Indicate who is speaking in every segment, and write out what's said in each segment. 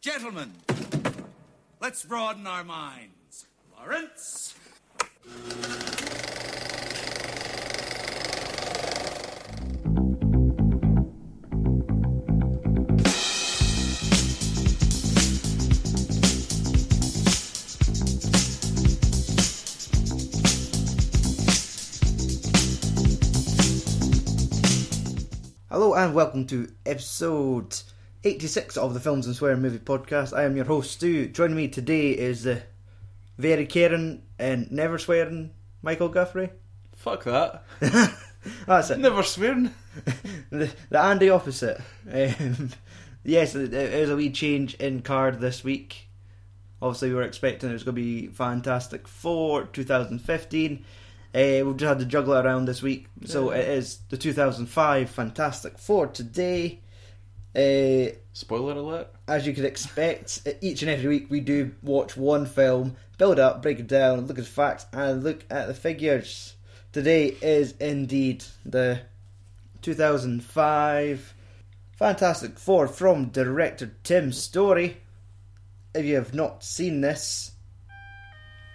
Speaker 1: Gentlemen, let's broaden our minds. Lawrence.
Speaker 2: Hello and welcome to episode 86 of the Films and Swearing Movie Podcast. I am your host Stu. Joining me today is the very caring and never swearing Michael Guthrie.
Speaker 3: Fuck that.
Speaker 2: That's it.
Speaker 3: Never swearing.
Speaker 2: The, the Andy opposite. Um, yes, it it is a wee change in card this week. Obviously, we were expecting it was going to be Fantastic Four 2015. Uh, we've just had to juggle it around this week, so it is the 2005 Fantastic Four today. Uh,
Speaker 3: Spoiler alert.
Speaker 2: as you could expect, each and every week we do watch one film, build up, break it down, look at the facts, and look at the figures. Today is indeed the 2005 Fantastic Four from director Tim Story. If you have not seen this,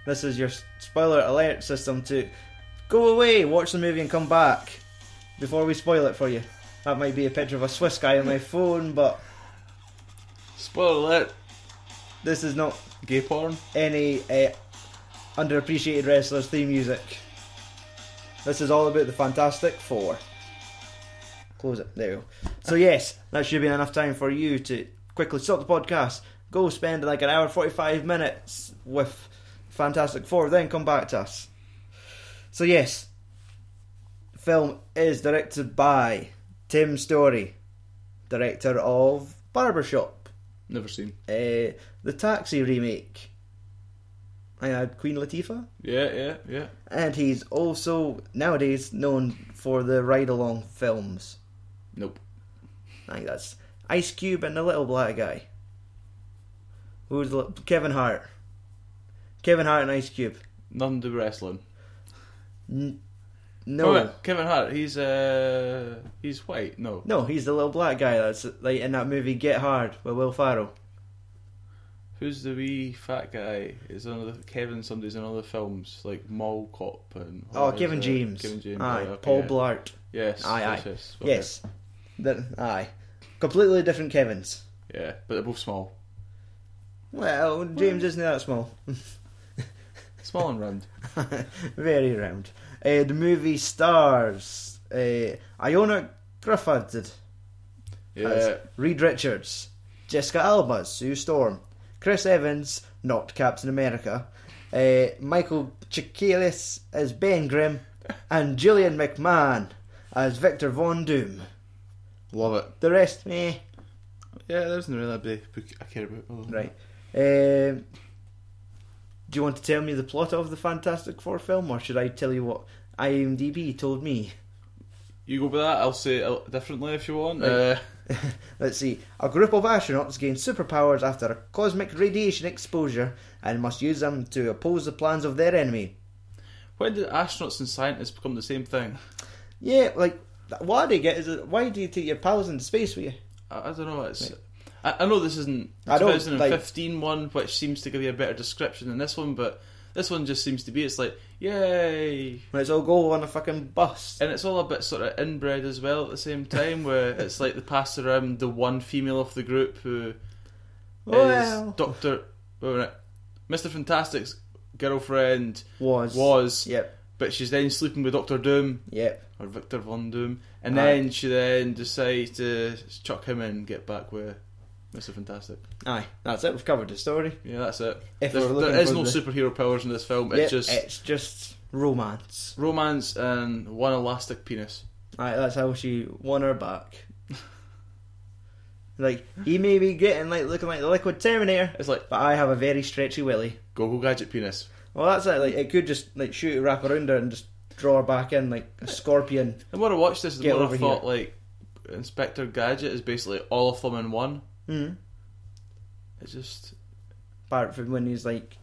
Speaker 2: this is your spoiler alert system to go away, watch the movie, and come back before we spoil it for you. That might be a picture of a Swiss guy on my phone, but
Speaker 3: Spoiler alert.
Speaker 2: this is not
Speaker 3: Gay porn.
Speaker 2: any uh, underappreciated wrestlers' theme music. This is all about the Fantastic Four. Close it. There you go. So yes, that should be enough time for you to quickly stop the podcast, go spend like an hour forty-five minutes with Fantastic Four, then come back to us. So yes, the film is directed by Tim Story, director of Barbershop.
Speaker 3: Never seen.
Speaker 2: Uh, the Taxi remake. I had Queen Latifah,
Speaker 3: Yeah, yeah, yeah.
Speaker 2: and he's also nowadays known for the ride along films.
Speaker 3: Nope.
Speaker 2: I think that's Ice Cube and the Little Black Guy. Who's the- Kevin Hart? Kevin Hart and Ice Cube.
Speaker 3: None do wrestling.
Speaker 2: No,
Speaker 3: Oh, wait, Kevin Hart. He's uh, he's white. No.
Speaker 2: no, he's the little black guy that's like in that movie Get Hard with Will Farrell.
Speaker 3: Who's the wee fat guy? Is another Kevin? Somebody's in other films like Mall Cop and.
Speaker 2: Oh,
Speaker 3: what was
Speaker 2: Kevin
Speaker 3: it?
Speaker 2: James.
Speaker 3: uh, Kevin James.
Speaker 2: Aye,
Speaker 3: yeah, okay,
Speaker 2: Paul
Speaker 3: yeah.
Speaker 2: Blart.
Speaker 3: Yes.
Speaker 2: Aye,
Speaker 3: yes,
Speaker 2: aye.
Speaker 3: Yes. okay.
Speaker 2: Yes, That- aye, completely different Kevin's.
Speaker 3: Yeah, but they're both small,
Speaker 2: Well, James isn't that small.
Speaker 3: small and round.
Speaker 2: Very round. Uh, the movie stars uh, Iona Griffith as
Speaker 3: Yeah.
Speaker 2: Reed Richards, Jessica Alba as Sue Storm, Chris Evans, not Captain America, uh, Michael Chiklis as Ben Grimm, and Julian McMahon as Victor Von Doom.
Speaker 3: Love it.
Speaker 2: The rest, meh.
Speaker 3: Yeah, there's no really a big book I care about. Oh,
Speaker 2: Right. Um, do you want to tell me the plot of the Fantastic Four film, or should I tell you what IMDb told me?
Speaker 3: You go with that. I'll say it a- differently if you want.
Speaker 2: Right.
Speaker 3: Uh,
Speaker 2: Let's see. A group of astronauts gain superpowers after a cosmic radiation exposure and must use them to oppose the plans of their enemy.
Speaker 3: When did astronauts and scientists become the same thing?
Speaker 2: Yeah, like th- what I get is that- why do you take your pals into space with you?
Speaker 3: I, I don't know. It's I, I know this isn't
Speaker 2: I don't,
Speaker 3: 2015 one, which seems to give you a better description than this one, but this one just seems to be. It's like yay,
Speaker 2: Let's all go on a fucking bus.
Speaker 3: and it's all a bit sort of inbred as well at the same time, where it's like they pass around the one female of the group who is
Speaker 2: Well.
Speaker 3: Doctor, oh, Mister Fantastic's girlfriend
Speaker 2: Was
Speaker 3: was,
Speaker 2: Yep.
Speaker 3: but she's then sleeping with Doctor Doom.
Speaker 2: Yep.
Speaker 3: or Victor Von Doom, and
Speaker 2: Aye.
Speaker 3: then she then decides to chuck him in and get back with Mister Fantastic.
Speaker 2: Aye. That's it. We've covered the story.
Speaker 3: Yeah, that's it.
Speaker 2: If
Speaker 3: There's-
Speaker 2: we're looking
Speaker 3: there is
Speaker 2: for
Speaker 3: no
Speaker 2: the-
Speaker 3: superhero powers in this film.
Speaker 2: Yep,
Speaker 3: It's just
Speaker 2: it's just romance.
Speaker 3: romance and one elastic penis.
Speaker 2: Aye, that's how she won her back. like he may be getting like looking like the Liquid Terminator,
Speaker 3: It's like
Speaker 2: but I have a very stretchy willy.
Speaker 3: go go gadget penis.
Speaker 2: Well, that's it. Like it could just like shoot a wrap around her and just draw her back in like a scorpion.
Speaker 3: The more I watched this, the
Speaker 2: Get
Speaker 3: more
Speaker 2: over
Speaker 3: I thought like Inspector Gadget is basically all of them in one.
Speaker 2: Mm.
Speaker 3: It's just
Speaker 2: Apart from when he's like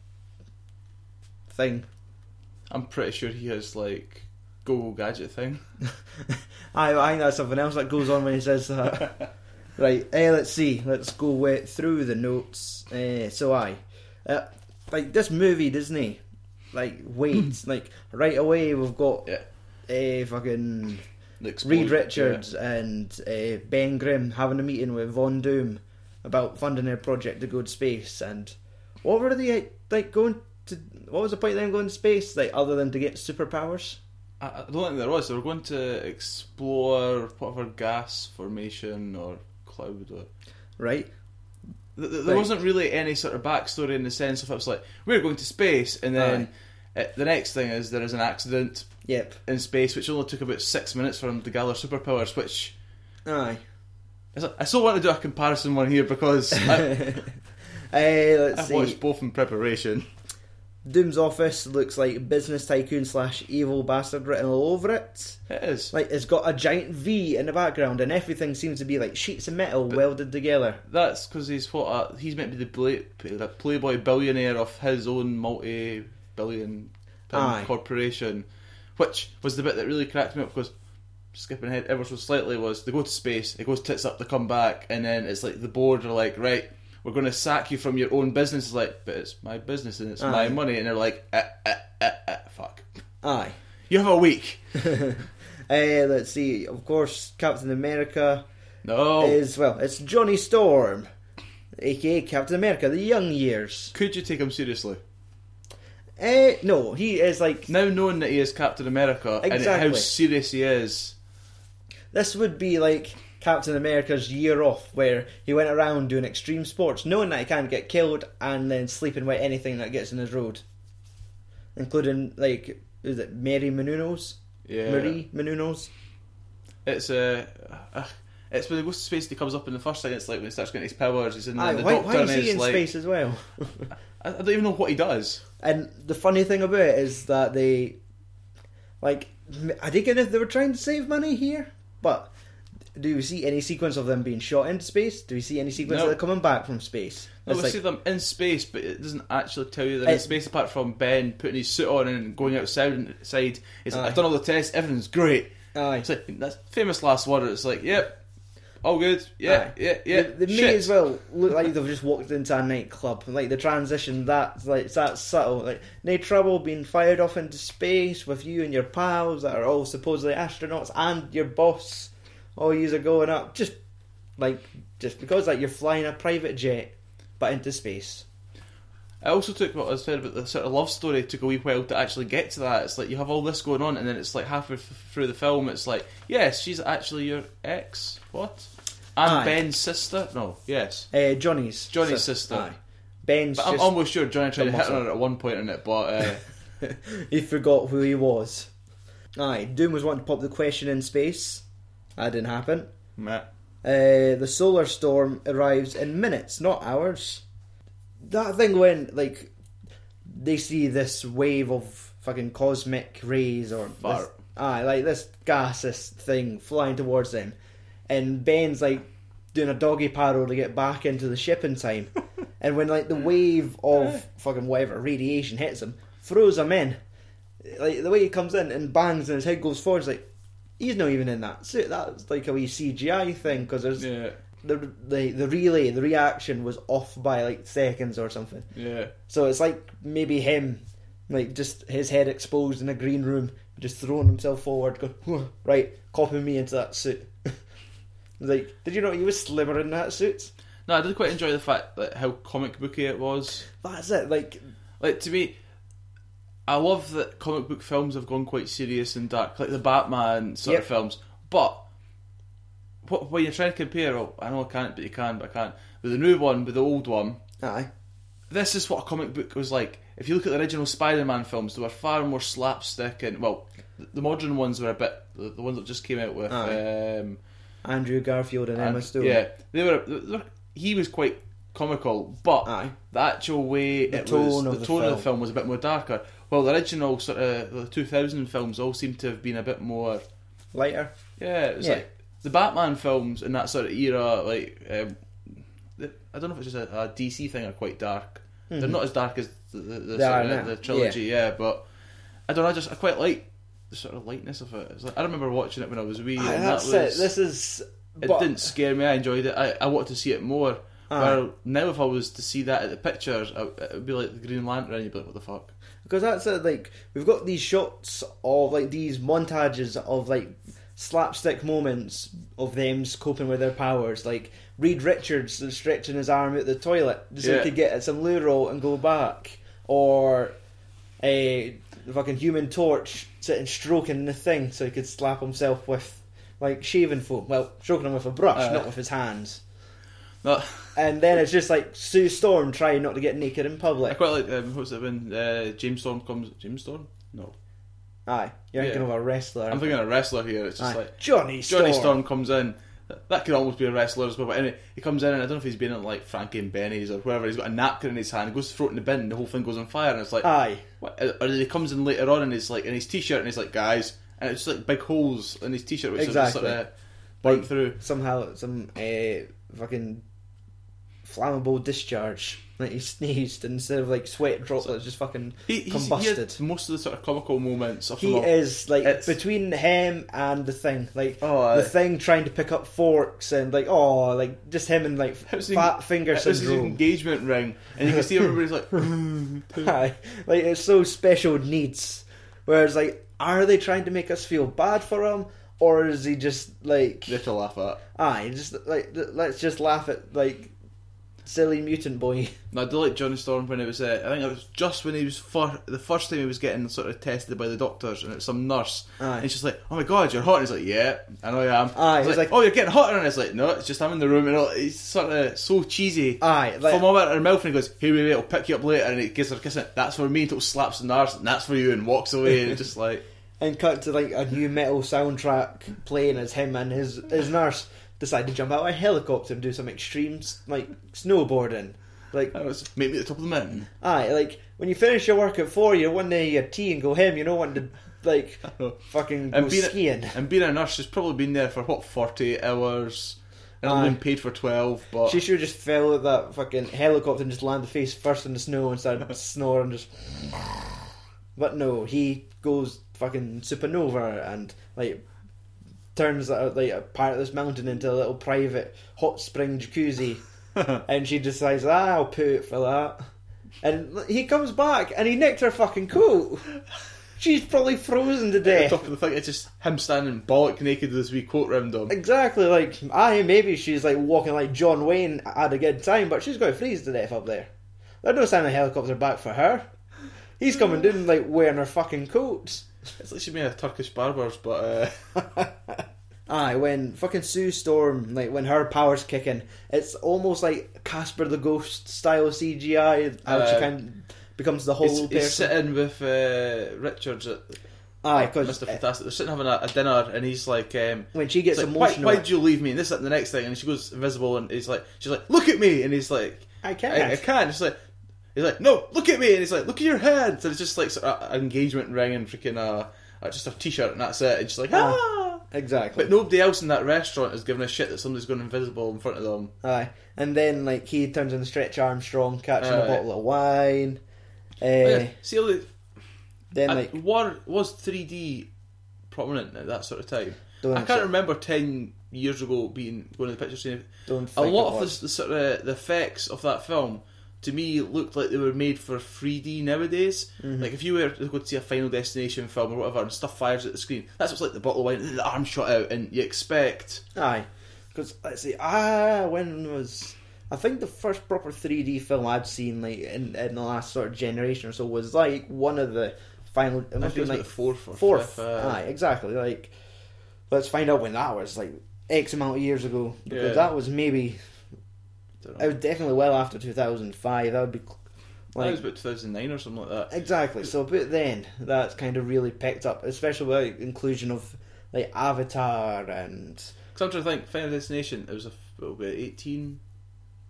Speaker 2: thing.
Speaker 3: I'm pretty sure he has like go go gadget thing.
Speaker 2: I I think that's something else that goes on when he says that. Right, eh, let's see. Let's go uh, through the notes. Eh, so I, uh, like this movie, Disney, like wait, like right away we've got
Speaker 3: Hmm. Yeah.
Speaker 2: eh, fucking
Speaker 3: The explo-
Speaker 2: Reed
Speaker 3: yeah.
Speaker 2: Richards and uh, Ben Grimm having a meeting with Von Doom about funding their project to go to space. And what were they like going to? What was the point of them going to space? Like other than to get superpowers?
Speaker 3: I, I don't think there was. They were going to explore whatever gas formation or cloud or.
Speaker 2: Right,
Speaker 3: Th- th- There
Speaker 2: Right.
Speaker 3: wasn't really any sort of backstory in the sense of it was like we're going to space, and then uh, the next thing is there is an accident
Speaker 2: Yep.
Speaker 3: in space, which only took about six minutes for him to gather superpowers. Which
Speaker 2: Aye.
Speaker 3: is- I still want to do a comparison one here because I,
Speaker 2: Eh, Uh, let's
Speaker 3: I've
Speaker 2: see.
Speaker 3: watched both in preparation.
Speaker 2: Doom's office looks like business tycoon slash evil bastard written all over it.
Speaker 3: It is
Speaker 2: Like it's got a giant V in the background, and everything seems to be like sheets of metal welded together.
Speaker 3: that's because he's what a, he's meant to be the, play, the playboy billionaire of his own multi-billion pound
Speaker 2: Aye.
Speaker 3: corporation, which was the bit that really cracked me up because skipping ahead ever so slightly was they go to space, it goes tits up, they come back, and then it's like the board are like, right, we're going to sack you from your own business. It's like, but it's my business and it's my
Speaker 2: Aye.
Speaker 3: money, and they're like, eh, eh, eh, eh, fuck,
Speaker 2: Aye.
Speaker 3: you have a week.
Speaker 2: Eh, let's see. Of course, Captain America
Speaker 3: No,
Speaker 2: is well. It's Johnny Storm, aka Captain America: The Young Years.
Speaker 3: could you take him seriously?
Speaker 2: Eh, no, he is like
Speaker 3: Now knowing that he is Captain America and
Speaker 2: Exactly.
Speaker 3: how serious he is.
Speaker 2: This would be like Captain America's year off, where he went around doing extreme sports, knowing that he can't get killed, and then sleeping with anything that gets in his road, including like is it Mary Menounos?
Speaker 3: Yeah.
Speaker 2: Marie Menounos.
Speaker 3: It's a. Uh, uh, it's when he goes to space. He comes up in the first thing. It's like when he starts getting his powers. He's in there.
Speaker 2: Aye,
Speaker 3: and the
Speaker 2: why,
Speaker 3: doctor
Speaker 2: why is he
Speaker 3: is
Speaker 2: in
Speaker 3: like.
Speaker 2: space as well?
Speaker 3: I, I don't even know what he does.
Speaker 2: and the funny thing about it is that they, like, m- I think if they were trying to save money here, but. Do we see any sequence of them being shot into space? Do we see any sequence
Speaker 3: No.
Speaker 2: of them coming back from space?
Speaker 3: No,
Speaker 2: It's
Speaker 3: we
Speaker 2: like-
Speaker 3: see them in space, but it doesn't actually tell you they're in
Speaker 2: It-
Speaker 3: space apart from Ben putting his suit on and going outside. and- Side. He's like,
Speaker 2: Aye.
Speaker 3: I've done all the tests. Everything's great.
Speaker 2: Aye.
Speaker 3: It's like that's famous last word. It's like, yep, all good. Yeah,
Speaker 2: Aye.
Speaker 3: yeah, yeah.
Speaker 2: They, they
Speaker 3: shit.
Speaker 2: may as well look like they've just walked into a nightclub. Like the transition, that's like it's that subtle. Like no trouble being fired off into space with you and your pals that are all supposedly astronauts and your boss. All yous are going up just like just because like you're flying a private jet, but into space.
Speaker 3: I also took what I said about the sort of love story took a wee while to actually get to that. It's like you have all this going on, and then it's like halfway f- through the film, it's like, yes, she's actually your ex. What? And
Speaker 2: Aye.
Speaker 3: Ben's sister? No, yes.
Speaker 2: Uh, Johnny's
Speaker 3: Johnny's sister.
Speaker 2: Aye. Ben's
Speaker 3: But I'm
Speaker 2: just-
Speaker 3: almost sure Johnny tried to hit
Speaker 2: muscle.
Speaker 3: on her at one point in it, but uh,
Speaker 2: he forgot who he was. Aye, Doom was wanting to pop the question in space. That didn't happen.
Speaker 3: meh.
Speaker 2: Uh, the solar storm arrives in minutes, not hours. That thing when like they see this wave of fucking cosmic rays or this-
Speaker 3: Fart.
Speaker 2: aye, like this gaseous thing flying towards them, and Ben's like doing a doggy paddle to get back into the ship in time, and when like the wave of fucking whatever radiation hits him, throws him in, like the way he comes in and bangs and his head goes forward, it's like he's not even in that suit. That's like a wee CGI thing because there's
Speaker 3: yeah,
Speaker 2: the, the the relay, the reaction was off by like seconds or something.
Speaker 3: yeah.
Speaker 2: So it's like maybe him, like just his head exposed in a green room, just throwing himself forward, going "Huh, right, copying me into that suit. like, did you know he was slimmer in that suit?
Speaker 3: No, I did quite enjoy the fact that how comic booky it was.
Speaker 2: That's it. Like,
Speaker 3: Like to me, I love that comic book films have gone quite serious and dark, like the Batman sort of
Speaker 2: Yep.
Speaker 3: films. But what, when you're trying to compare, oh, I know I can't, but you can, but I can't. With the new one, with the old one,
Speaker 2: aye,
Speaker 3: this is what a comic book was like. If you look at the original Spider-Man films, they were far more slapstick, and well, the- the modern ones were a bit. The, the ones that just came out with, um,
Speaker 2: Andrew Garfield and Emma
Speaker 3: and-
Speaker 2: Stone.
Speaker 3: yeah, they were, they were- He was quite comical, but
Speaker 2: Aye.
Speaker 3: the actual way it was,
Speaker 2: tone of
Speaker 3: the
Speaker 2: the
Speaker 3: tone of the
Speaker 2: film.
Speaker 3: film was a bit more darker. Well, the original sort of the 2000 films all seem to have been a bit more.
Speaker 2: lighter.
Speaker 3: Yeah, it was
Speaker 2: Yeah.
Speaker 3: like the Batman films in that sort of era. Like, um, the- I don't know if it's just a, a DC thing are quite dark. They're not as dark as the the,
Speaker 2: Mm-hmm.
Speaker 3: the,
Speaker 2: They are
Speaker 3: sort of,
Speaker 2: now,
Speaker 3: the trilogy, yeah. But I don't know. I just I quite like the sort of lightness of it. It's like, I remember watching it when I was wee.
Speaker 2: Aye,
Speaker 3: and
Speaker 2: that's
Speaker 3: that was,
Speaker 2: it. This is
Speaker 3: It
Speaker 2: But- Ah.
Speaker 3: didn't scare me. I enjoyed it. I, I wanted to see it more. Where now, if I was to see that at the pictures, I, it would be like the Green Lantern. You'd be like, what the fuck?
Speaker 2: Because that's it, like we've got these shots of like these montages of like slapstick moments of them coping with their powers, like Reed Richards stretching his arm out the toilet so
Speaker 3: Yeah.
Speaker 2: he could get at some loo roll and go back, or a fucking Human Torch sitting stroking the thing so he could slap himself with like shaving foam. Well, stroking him with a brush,
Speaker 3: Uh.
Speaker 2: not with his hands.
Speaker 3: That,
Speaker 2: And then it's just like Sue Storm trying not to get naked in
Speaker 3: I
Speaker 2: public.
Speaker 3: quite like. Um, what's it been? Uh, James Storm comes. James Storm? No,
Speaker 2: Aye, you're
Speaker 3: Yeah.
Speaker 2: thinking of a wrestler.
Speaker 3: I'm thinking a wrestler here. It's just
Speaker 2: Aye.
Speaker 3: like
Speaker 2: Johnny Storm.
Speaker 3: Johnny Storm. comes in. That- That could almost be a wrestler as well. But anyway, he comes in and I don't know if he's been in like Frankie and Benny's or whoever. He's got a napkin in his hand, goes to throw it in the bin, and the whole thing goes on fire. And it's like,
Speaker 2: Aye.
Speaker 3: what? uh, or he comes in later on and he's like in his t-shirt and he's like, guys, and it's just like big holes in his t-shirt which are
Speaker 2: Exactly.
Speaker 3: just like uh, burnt through.
Speaker 2: Somehow, some uh, fucking flammable discharge that he sneezed instead of like sweat droplets just fucking
Speaker 3: He, he's, he
Speaker 2: combusted.
Speaker 3: had most of the sort of comical moments. Of
Speaker 2: He
Speaker 3: them all.
Speaker 2: is like
Speaker 3: It's-
Speaker 2: between him and the thing, like
Speaker 3: Oh, aye.
Speaker 2: the thing trying to pick up forks and like oh, like just him and like
Speaker 3: It was his-
Speaker 2: fat finger
Speaker 3: This is his
Speaker 2: syndrome.
Speaker 3: engagement ring, and you can see everybody's like,
Speaker 2: Aye. like it's so special needs. Whereas like, are they trying to make us feel bad for him, or is he just like
Speaker 3: they're to laugh at.
Speaker 2: aye, just like th- let's just laugh at like silly mutant boy.
Speaker 3: No, I do like Johnny Storm when he was. Uh, I think it was just when he was fir- the first time he was getting sort of tested by the doctors, and it's some nurse,
Speaker 2: Aye.
Speaker 3: and she's like, "Oh my god, you're hot." And he's like, "Yeah, I know I am."
Speaker 2: Aye,
Speaker 3: he's
Speaker 2: he's
Speaker 3: like,
Speaker 2: like-
Speaker 3: "Oh, you're getting hotter," and it's like, "No, it's just I'm in the room." And all, it's sort of so cheesy.
Speaker 2: Aye, like-
Speaker 3: From a moment in her mouth, and he goes, "Here, wait, wait, I'll pick you up later," and he gives her a kiss. And that's for me. Until slaps the nurse, and that's for you, and walks away. and it's just like,
Speaker 2: And cut to like a new metal soundtrack playing as him and his his nurse decide to jump out of a helicopter and do some extreme s- like snowboarding. Like
Speaker 3: that was make me at the top of the mountain.
Speaker 2: aye, like when you finish your work at four, you're one day your tea and go home. You know, want to like
Speaker 3: know.
Speaker 2: fucking go
Speaker 3: And being,
Speaker 2: skiing.
Speaker 3: a, and being a nurse, she's probably been there for what forty hours, and
Speaker 2: Aye.
Speaker 3: only been paid for twelve. But
Speaker 2: She should have just fell out of that fucking helicopter and just landed face first in the snow and started snoring just. But no, he goes fucking supernova and like turns a, like a part of this mountain into a little private hot spring jacuzzi, and she decides, ah, I'll pay it for that. And l- he comes back and he nicked her fucking coat. She's probably frozen to
Speaker 3: at the
Speaker 2: death.
Speaker 3: top of the thing, it's just him standing bollock naked with his wee coat round him.
Speaker 2: Exactly, like aye, maybe she's like walking like John Wayne had a good time, but she's going to freeze to death up there. There's no sign of helicopter back for her. He's coming down like wearing her fucking coats.
Speaker 3: It's like she's made of Turkish barbers, but uh,
Speaker 2: Aye, when fucking Sue Storm, like when her powers kick in, it's almost like Casper the Ghost style CGI, how
Speaker 3: Uh,
Speaker 2: she can becomes the whole
Speaker 3: he's,
Speaker 2: person.
Speaker 3: he's sitting with uh, Richards at
Speaker 2: aye, because
Speaker 3: Mr. Fantastic. They're sitting having a, a dinner, and he's like, um,
Speaker 2: when she gets
Speaker 3: it's like, why,
Speaker 2: emotional,
Speaker 3: why did you leave me? And this, that, and the next thing, and she goes invisible, and he's like, she's like, look at me, and he's like,
Speaker 2: I can't.
Speaker 3: I, I can't. She's like. He's like, no, look at me, and he's like, look at your head. So it's just like sort of an engagement ring and freaking uh, uh, just a t-shirt, and that's it. And she's like, ah.
Speaker 2: exactly.
Speaker 3: But nobody else in that restaurant is giving a shit that somebody's gone invisible in front of them.
Speaker 2: Aye, and then like he turns into Stretch Armstrong, catching a
Speaker 3: Aye. Oh,
Speaker 2: bottle of wine. Uh,
Speaker 3: Yeah, see, all the,
Speaker 2: Then
Speaker 3: and
Speaker 2: like
Speaker 3: war was 3D prominent at that sort of time.
Speaker 2: Don't
Speaker 3: I
Speaker 2: think
Speaker 3: can't
Speaker 2: so.
Speaker 3: remember 10 years ago being going to the picture saying
Speaker 2: Don't
Speaker 3: a
Speaker 2: think
Speaker 3: lot
Speaker 2: it
Speaker 3: of
Speaker 2: was.
Speaker 3: the, the sort of the effects of that film to me looked like they were made for 3D nowadays.
Speaker 2: Mm-hmm.
Speaker 3: Like if you were to go to see a Final Destination film or whatever, and stuff fires at the screen, that's what's like the bottle of wine, the arm shot out, and you expect.
Speaker 2: Aye, because let's see, ah, when was I think the first proper three D film I'd seen like in, in the last sort of generation or so was like one of the final. It must have
Speaker 3: it was
Speaker 2: been
Speaker 3: about
Speaker 2: like
Speaker 3: the fourth or
Speaker 2: fourth.
Speaker 3: fifth, uh,
Speaker 2: aye, exactly. Like, let's find out when that was. Like X amount of years ago, because
Speaker 3: Yeah.
Speaker 2: that was maybe
Speaker 3: Don't
Speaker 2: it
Speaker 3: know.
Speaker 2: was definitely well after two thousand five. That would be cl-
Speaker 3: that
Speaker 2: like
Speaker 3: was about 2009 or something like that.
Speaker 2: Exactly. So, but then that's kind of really picked up, especially with like, inclusion of like Avatar and
Speaker 3: Because I'm trying to think, Final Destination, it was a, what would it be, 18?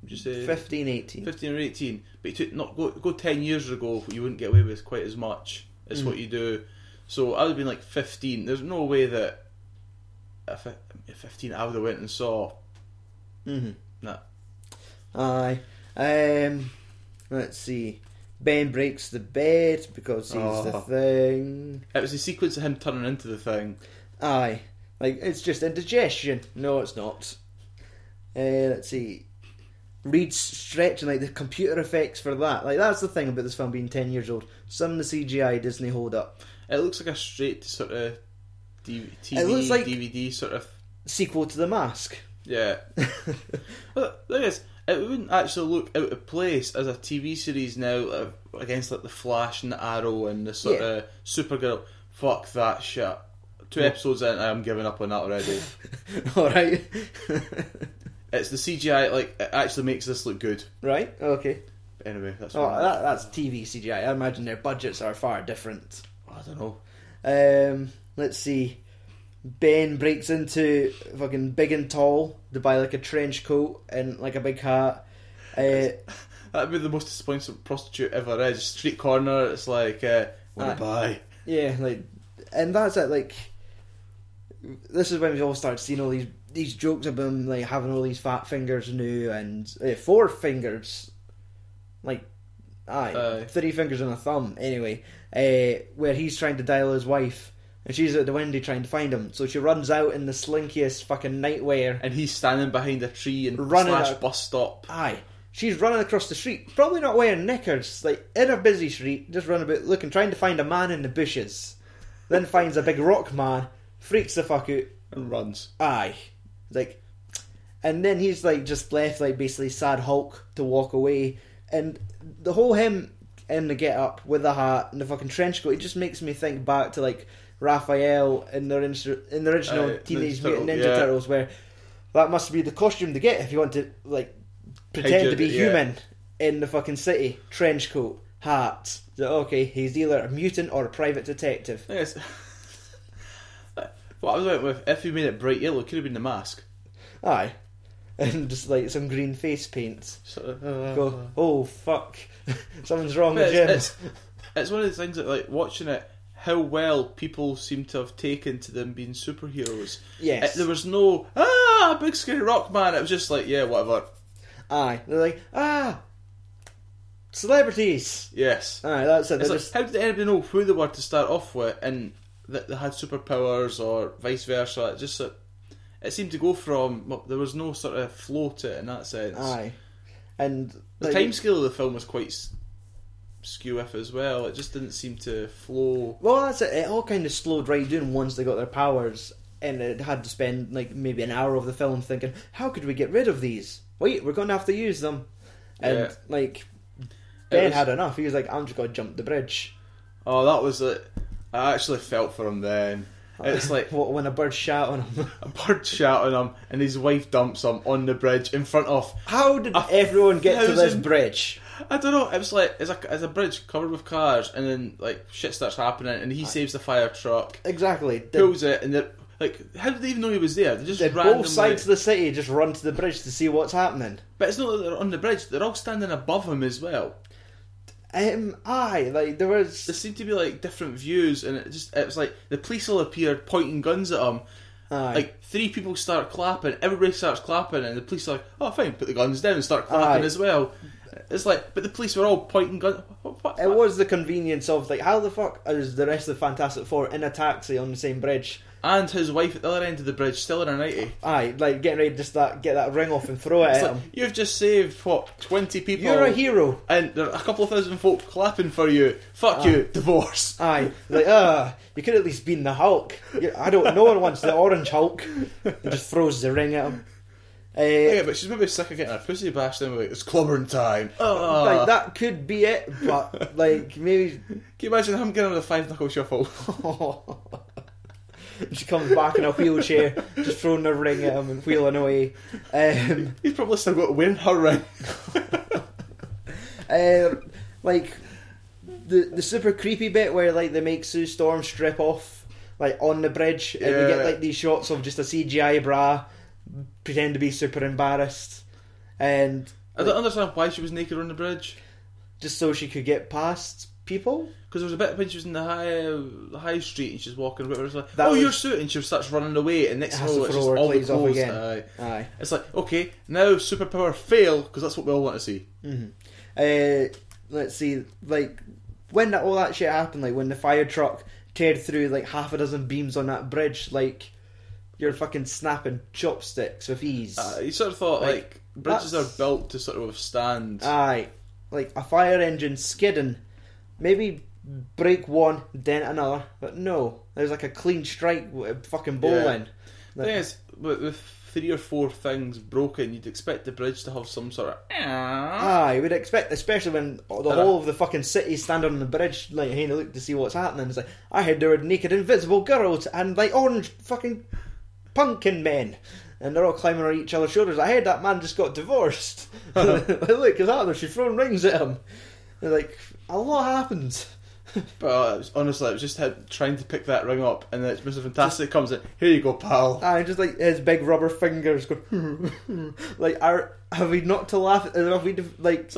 Speaker 3: Would you say?
Speaker 2: fifteen eighteen.
Speaker 3: 15 or 18. But you took, not, go, go 10 years ago, you wouldn't get away with quite as much as
Speaker 2: Mm.
Speaker 3: what you do. So I would have been like 15. There's no way that if I, at 15 I would have went and saw. Mm-hmm. Nah.
Speaker 2: Aye. Um, let's see. Ben breaks the bed because he's the
Speaker 3: Oh.
Speaker 2: thing.
Speaker 3: It was the sequence of him turning into the thing.
Speaker 2: Aye. Like it's just indigestion. No, it's not. Uh, let's see. Reed's stretching like the computer effects for that. Like that's the thing about this film being ten years old. Some of the CGI doesn't hold up.
Speaker 3: It looks like a straight sort of DV- TV,
Speaker 2: It looks like-
Speaker 3: DVD sort of.
Speaker 2: Sequel to The Mask.
Speaker 3: Yeah. well, the thing is, it wouldn't actually look out of place as a TV series now uh, against like the Flash and the Arrow and the sort
Speaker 2: Yeah.
Speaker 3: of Supergirl. Fuck that shit. Two episodes in, I'm giving up on that already.
Speaker 2: All right,
Speaker 3: it's the CGI. Like it actually makes this look good.
Speaker 2: right, okay.
Speaker 3: But anyway, that's.
Speaker 2: Oh,
Speaker 3: fine.
Speaker 2: that, that's TV CGI. I imagine their budgets are far different.
Speaker 3: I don't know.
Speaker 2: Um, let's see. Ben breaks into fucking big and tall to buy like a trench coat and like a big hat. Uh,
Speaker 3: That'd be the most disappointing prostitute ever. Eh? Just street corner. It's like, uh,
Speaker 2: Aye.
Speaker 3: wanna buy?
Speaker 2: yeah, like, and that's it. Like, this is when we all started seeing all these these jokes about him like having all these fat fingers new and uh, four fingers, like, aye,
Speaker 3: Aye.
Speaker 2: three fingers and a thumb. Anyway, uh, where he's trying to dial his wife. And she's at the window trying to find him, so she runs out in the slinkiest fucking nightwear
Speaker 3: And he's standing behind a tree and
Speaker 2: Running
Speaker 3: slash
Speaker 2: out.
Speaker 3: bus stop.
Speaker 2: Aye. She's running across the street, probably not wearing knickers, like in a busy street, just running about looking, trying to find a man in the bushes. Then finds a big rock man, freaks the fuck out.
Speaker 3: and runs.
Speaker 2: Aye. Like, and then he's like just left, like basically sad Hulk to walk away. And the whole him in the get up with the hat and the fucking trench coat, it just makes me think back to like Raphael in the, orig- in the original
Speaker 3: Aye,
Speaker 2: Teenage Mutant
Speaker 3: Ninja Turtle,
Speaker 2: Ninja
Speaker 3: yeah.
Speaker 2: Turtles, where that must be the costume to get if you want to like pretend
Speaker 3: Hide
Speaker 2: to be
Speaker 3: it, yeah.
Speaker 2: human in the fucking city. Trench coat, hat. So, okay, he's either a mutant or a private detective.
Speaker 3: Yes. what I was went with, if he made it bright yellow, it could have been the mask.
Speaker 2: Aye. And just like some green face paint.
Speaker 3: Sort of, uh,
Speaker 2: go, oh fuck, something's wrong with
Speaker 3: But
Speaker 2: Jim.
Speaker 3: it's, it's, it's one of the things that, like, watching it, how well people seem to have taken to them being superheroes.
Speaker 2: Yes.
Speaker 3: It- there was no, ah, big scary rock man. It was just like, yeah, whatever.
Speaker 2: Aye, they're like, ah, celebrities.
Speaker 3: Yes.
Speaker 2: Aye, that's it.
Speaker 3: It's
Speaker 2: They're
Speaker 3: like,
Speaker 2: just,
Speaker 3: how did anybody know who they were to start off with and that they had superpowers or vice versa? It just uh, it seemed to go from well, there was no sort of flow to it in that sense.
Speaker 2: aye, and
Speaker 3: The
Speaker 2: like,
Speaker 3: time scale of the film was quite s- skew if as well. It just didn't seem to flow.
Speaker 2: Well, that's it. It all kind of slowed right down once they got their powers, and it had to spend like maybe an hour of the film thinking, how could we get rid of these? Wait, we're going to have to use them, and
Speaker 3: Yeah.
Speaker 2: like. Ben
Speaker 3: was-
Speaker 2: had enough. He was like, "I'm just gonna jump the bridge."
Speaker 3: Oh, that was it. I actually felt for him then. It's like
Speaker 2: What when a bird shot on him?
Speaker 3: a bird shouting him, and his wife dumps him on the bridge in front of.
Speaker 2: How did everyone get to this
Speaker 3: thousand-
Speaker 2: bridge?
Speaker 3: I don't know. It was like it's a it's a bridge covered with cars, and then like shit starts happening, and he saves the fire truck.
Speaker 2: Exactly. Did-
Speaker 3: pulls it, and they're like, how did they even know he was there? They just
Speaker 2: Did
Speaker 3: randomly.
Speaker 2: both sides of the city just run to the bridge to see what's happening?
Speaker 3: But it's not that they're on the bridge; they're all standing above him as well.
Speaker 2: Um, aye, like there was.
Speaker 3: There seemed to be like different views, and it just it was like the police all appeared pointing guns at him.
Speaker 2: Aye.
Speaker 3: Like three people start clapping, everybody starts clapping, and the police are like, "Oh, fine, put the guns down and start clapping
Speaker 2: Aye.
Speaker 3: as well." It's like, but the police were all pointing guns. What, what-
Speaker 2: it was the convenience of like, how the fuck is the rest of the Fantastic Four in a taxi on the same bridge?
Speaker 3: And his wife at the other end of the bridge, still in her nightie.
Speaker 2: Aye, like getting ready to just that get that ring off and throw it
Speaker 3: It's
Speaker 2: at
Speaker 3: like, oh.
Speaker 2: him.
Speaker 3: you've just saved what twenty people.
Speaker 2: Um, You're a hero.
Speaker 3: and there are a couple of thousand folk clapping for you. Fuck you, divorce.
Speaker 2: Aye, like ah, you could at least been the Hulk. You- I don't. No one wants the Orange Hulk. And just throws the ring at him. Uh,
Speaker 3: Yeah, but she's maybe sick of getting her pussy bashed and like, it's clobbering time.
Speaker 2: Oh, like
Speaker 3: Ugh.
Speaker 2: that could be it, but like maybe
Speaker 3: Can you imagine him getting on the five knuckle shuffle?
Speaker 2: she comes back in a wheelchair, just throwing the ring at him and wheeling away. Um,
Speaker 3: He's probably still got to win her ring.
Speaker 2: um, like the the super creepy bit where like they make Sue Storm strip off like on the bridge, and we
Speaker 3: Yeah.
Speaker 2: get like these shots of just a CGI bra pretend to be super embarrassed, and
Speaker 3: I don't understand why she was naked on the bridge.
Speaker 2: just so she could get past people.
Speaker 3: Because there was a bit when she was in the high uh, high street and she's walking, whatever. It's like,
Speaker 2: That
Speaker 3: oh,
Speaker 2: was-
Speaker 3: your suit, and she starts running away, and next
Speaker 2: Has to
Speaker 3: thing you know, it's
Speaker 2: throw
Speaker 3: just
Speaker 2: her
Speaker 3: all the
Speaker 2: clothes off
Speaker 3: clothes.
Speaker 2: again.
Speaker 3: Aye.
Speaker 2: Aye.
Speaker 3: It's like okay, now superpower fail because that's what we all want to see.
Speaker 2: Uh, let's see, like when that, all that shit happened, like when the fire truck teared through like half a dozen beams on that bridge, like You're fucking snapping chopsticks with ease.
Speaker 3: Uh, you sort of thought like,
Speaker 2: Like,
Speaker 3: bridges
Speaker 2: that's- Ah,
Speaker 3: are built to sort of withstand.
Speaker 2: Aye, like a fire engine skidding. Maybe break one, dent another, but no. There's like a clean strike with a fucking bowline.
Speaker 3: the thing is, with, with three or four things broken, you'd expect the bridge to have some sort of.
Speaker 2: Aye, we'd expect, especially when the whole of the fucking city stand on the bridge, like, hey, look to see what's happening. It's like, I heard there were naked, invisible girls and like orange fucking pumpkin men, and they're all climbing on each other's shoulders. I heard that man just got divorced. like, look, it's happening. She's throwing rings at him. They're like, a lot happens.
Speaker 3: But uh, it was- honestly, it was just him trying to pick that ring up, and then it's Mr. Fantastic comes in. Here you go, pal.
Speaker 2: I just like his big rubber fingers going, like, are have we not to laugh? Have we like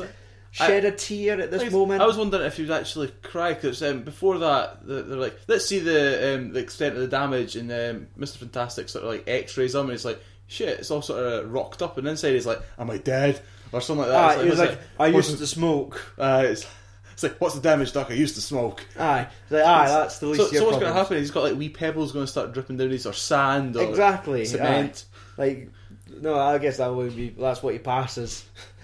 Speaker 2: shed a tear at this moment?
Speaker 3: I was wondering if he would actually cry because um, before that they're, they're like, let's see the um, the extent of the damage, and um, Mr. Fantastic sort of like X-rays him, and he's like, shit, it's all sort of rocked up, and inside he's like, am I dead or something like that.
Speaker 2: Aye,
Speaker 3: It's
Speaker 2: he was
Speaker 3: what's
Speaker 2: Ah, like,
Speaker 3: it-
Speaker 2: I
Speaker 3: what's
Speaker 2: used to smoke.
Speaker 3: the- uh, it's, it's like, what's the damage, Doc? I used to smoke.
Speaker 2: Aye, It's like, aye, that's the least
Speaker 3: So,
Speaker 2: of your
Speaker 3: so what's going to
Speaker 2: problems.
Speaker 3: happen? He's got like wee pebbles going to start dripping down. These or sand or
Speaker 2: Exactly,
Speaker 3: cement.
Speaker 2: aye. Like, no, I guess that would be that's what he passes.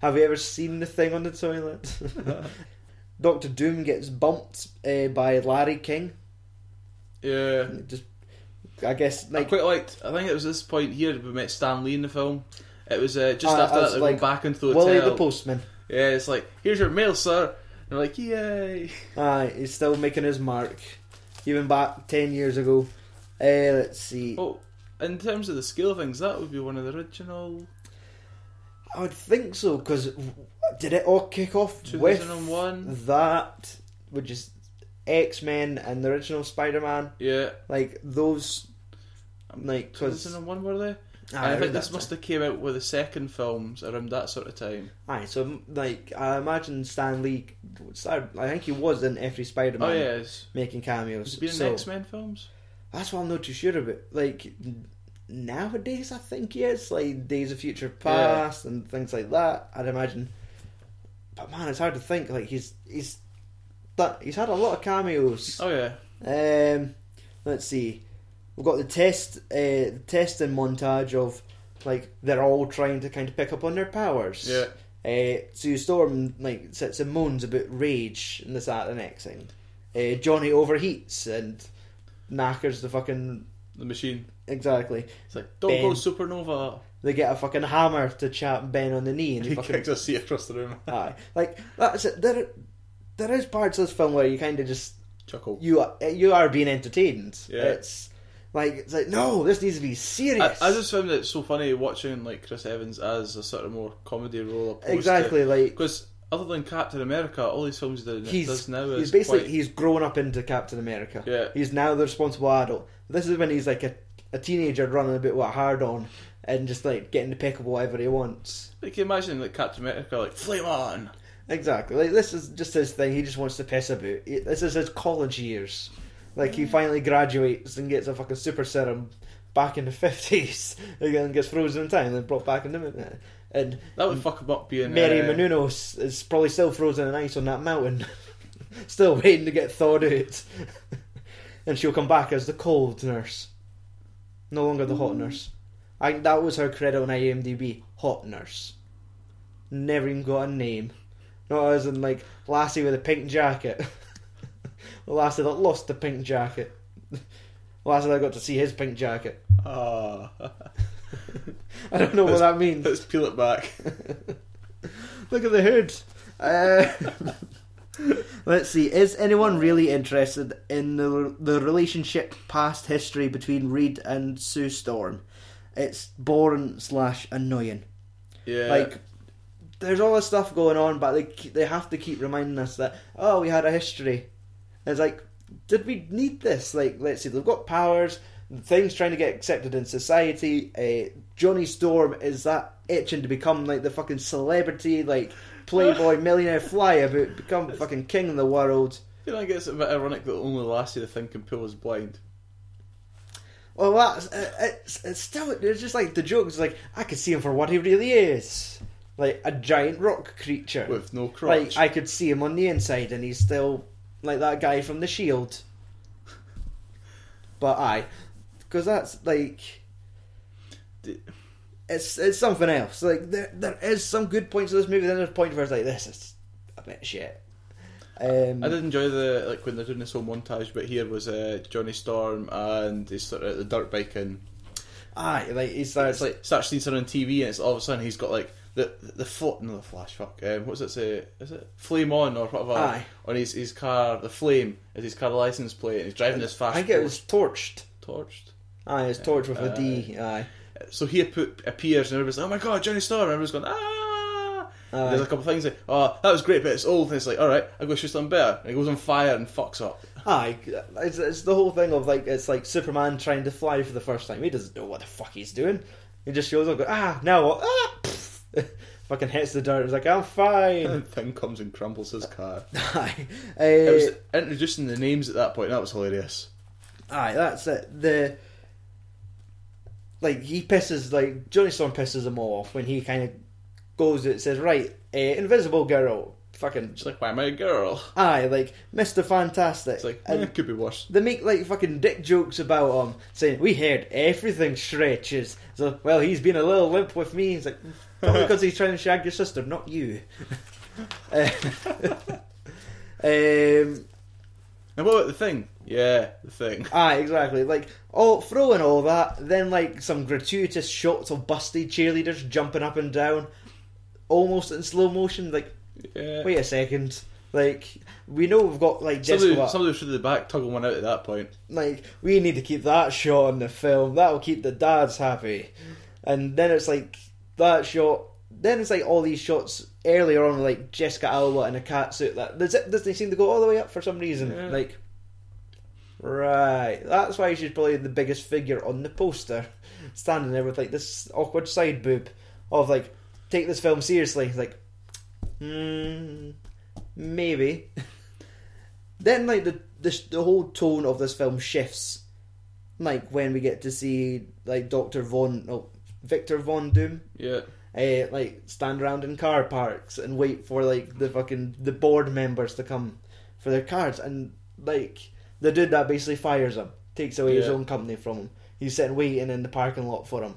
Speaker 2: Have you ever seen the thing on the toilet? Doctor Doom gets bumped uh, by Larry King.
Speaker 3: Yeah,
Speaker 2: It Just, I guess,
Speaker 3: I
Speaker 2: like,
Speaker 3: quite liked. I think it was this point here that we met Stan Lee in the film. It was uh, just
Speaker 2: Uh,
Speaker 3: after that
Speaker 2: as,
Speaker 3: they
Speaker 2: like,
Speaker 3: go back into the hotel.
Speaker 2: Willie the postman.
Speaker 3: Yeah, it's like here's your mail, sir. And they're like, yay!
Speaker 2: Aye, he's still making his mark, even back ten years ago. Uh, let's see.
Speaker 3: Oh, in terms of the scale of things, that would be one of the original
Speaker 2: I would think so because did it all kick off with
Speaker 3: 2001.
Speaker 2: that which is X Men and the original Spider Man,
Speaker 3: Yeah,
Speaker 2: like those,
Speaker 3: Um,
Speaker 2: like because
Speaker 3: 2001 were they? And Ah, I think this must have came out with the second films around that sort of time.
Speaker 2: Aye, so like I imagine Stan Lee started. I think he was in every Spider Man.
Speaker 3: Oh yeah, it's,
Speaker 2: making cameos.
Speaker 3: it's been
Speaker 2: so
Speaker 3: in X Men films.
Speaker 2: that's what I'm not too sure about. Like n- nowadays, I think he is like Days of Future Past and things like that. I'd imagine. But man, it's hard to think. Like he's he's that he's had a lot of cameos.
Speaker 3: Oh yeah,
Speaker 2: Um, let's see. We've got the test, uh, testing montage of like they're all trying to kind of pick up on their powers.
Speaker 3: Yeah.
Speaker 2: Uh, Sue Storm like sits and moans about rage and this that and the next thing. Uh, Johnny overheats and knackers the fucking
Speaker 3: the machine.
Speaker 2: exactly.
Speaker 3: It's like don't
Speaker 2: Ben.
Speaker 3: go supernova.
Speaker 2: They get a fucking hammer to chap Ben on the knee and he,
Speaker 3: He
Speaker 2: fucking
Speaker 3: kicks a seat across the room.
Speaker 2: aye. Like that's it. There, there is parts of this film where you kind of just
Speaker 3: Chuckle.
Speaker 2: you are, you are being entertained.
Speaker 3: Yeah.
Speaker 2: It's like it's like no, this needs to be
Speaker 3: I,
Speaker 2: serious.
Speaker 3: I just found it so funny watching like Chris Evans as a sort of more comedy role.
Speaker 2: exactly like
Speaker 3: Because other than Captain America, all these films that he
Speaker 2: he's
Speaker 3: does now is
Speaker 2: he's basically
Speaker 3: quite-
Speaker 2: he's grown up into Captain America.
Speaker 3: Yeah.
Speaker 2: He's now the responsible adult. This is when he's like a, a teenager running a bit with a hard on and just like getting to pick up whatever he wants.
Speaker 3: like you imagine like Captain America like flame on.
Speaker 2: Exactly. Like this is just his thing. He just wants to piss about. He- This is his college years. Like he finally graduates and gets a fucking super serum back in the fifties again gets frozen in time and brought back in the and
Speaker 3: That would fuck him up being
Speaker 2: Mary
Speaker 3: uh,
Speaker 2: Menounos is probably still frozen in ice on that mountain, still waiting to get thawed out. and she'll come back as the cold nurse, no longer the hot nurse. I that was her credit on IMDb, hot nurse. Never even got a name, not as in like Lassie with a pink jacket, the Lassie that lost the pink jacket, Lassie that got to see his pink jacket.
Speaker 3: Ah,
Speaker 2: I don't know what that means.
Speaker 3: let's peel it back.
Speaker 2: Look at the hood. Uh, let's see. Is anyone really interested in the the relationship past history between Reed and Sue Storm? It's boring slash annoying.
Speaker 3: Yeah,
Speaker 2: Like, there's all this stuff going on, but they ke- they have to keep reminding us that oh, we had a history. It's like, did we need this? Like, let's see, they've got powers, things trying to get accepted in society. Uh, Johnny Storm is that itching to become like the fucking celebrity, like playboy millionaire fly about become fucking king of the world.
Speaker 3: you know, I guess it's a bit ironic that only Lassie the thing can pull is blind.
Speaker 2: Well, that's uh, it's, it's still it's just like the joke is like I could see him for what he really is, like a giant rock creature
Speaker 3: With no
Speaker 2: Like
Speaker 3: crotch.
Speaker 2: I could see him on the inside, and he's still like that guy from the Shield. But I, because that's like it's it's something else. Like there there is some good points to this movie. Then there's points where it's like this is a bit shit. Um,
Speaker 3: I did enjoy the like when they're doing this whole montage, but here was uh, Johnny Storm and he's sort of at the dirt bike and
Speaker 2: aye, like he starts
Speaker 3: it's like starts seeing something on TV and it's all of a sudden he's got like the the foot no the flash fuck um, what's it say is it flame on or whatever
Speaker 2: Aye.
Speaker 3: on his his car the flame is his car license plate and he's driving this
Speaker 2: I
Speaker 3: fast
Speaker 2: think it was torched.
Speaker 3: torched.
Speaker 2: Aye, it's torched with a D.
Speaker 3: Uh,
Speaker 2: Aye,
Speaker 3: So he ap- appears and everybody's like, "Oh my god, Johnny Storm!" And everybody's going, "Ah!" And There's a couple of things like, "Oh, that was great, but it's old." And it's like, "All right, I go shoot something better." And he goes on fire and fucks up.
Speaker 2: aye. It's, it's the whole thing of like it's like Superman trying to fly for the first time. He doesn't know what the fuck he's doing. He just shows up, go ah now what? ah, pff." fucking hits the dirt. He's like I'm fine.
Speaker 3: And the thing comes and crumbles his car.
Speaker 2: aye,
Speaker 3: It was
Speaker 2: Uh,
Speaker 3: introducing the names at that point. That was hilarious.
Speaker 2: aye, that's it. The like he pisses like Johnny Storm pisses him off when he kind of goes it says right uh, Invisible Girl fucking
Speaker 3: She's like, "Why am I a girl?"
Speaker 2: aye like Mister Fantastic.
Speaker 3: It's like,
Speaker 2: And-
Speaker 3: "Eh, could be worse.
Speaker 2: They make like fucking dick jokes about him, saying we heard everything stretches. So well, he's been a little limp with me. He's like "Mm, probably because he's trying to shag your sister, not you. Uh, um,
Speaker 3: And what about the thing? Yeah, the thing.
Speaker 2: ah, exactly. Like all throwing all that, then like some gratuitous shots of busty cheerleaders jumping up and down, almost in slow motion. Like
Speaker 3: Yeah.
Speaker 2: wait a second. Like we know we've got like
Speaker 3: Somebody,
Speaker 2: disco up.
Speaker 3: somebody was through the back tugging one out at that point.
Speaker 2: like we need to keep that shot on the film that'll keep the dads happy and then it's like that shot then it's like all these shots earlier on like jessica alba in a cat suit that does it doesn't seem to go all the way up for some reason
Speaker 3: Yeah.
Speaker 2: like right that's why she's probably the biggest figure on the poster standing there with like this awkward side boob of like take this film seriously It's like hmm maybe then like the, the the whole tone of this film shifts like when we get to see like dr von oh, victor von doom
Speaker 3: Yeah.
Speaker 2: uh, like stand around in car parks and wait for like the fucking the board members to come for their cards and like the dude that basically fires him takes away his
Speaker 3: Yeah.
Speaker 2: own company from him he's sitting waiting in the parking lot for him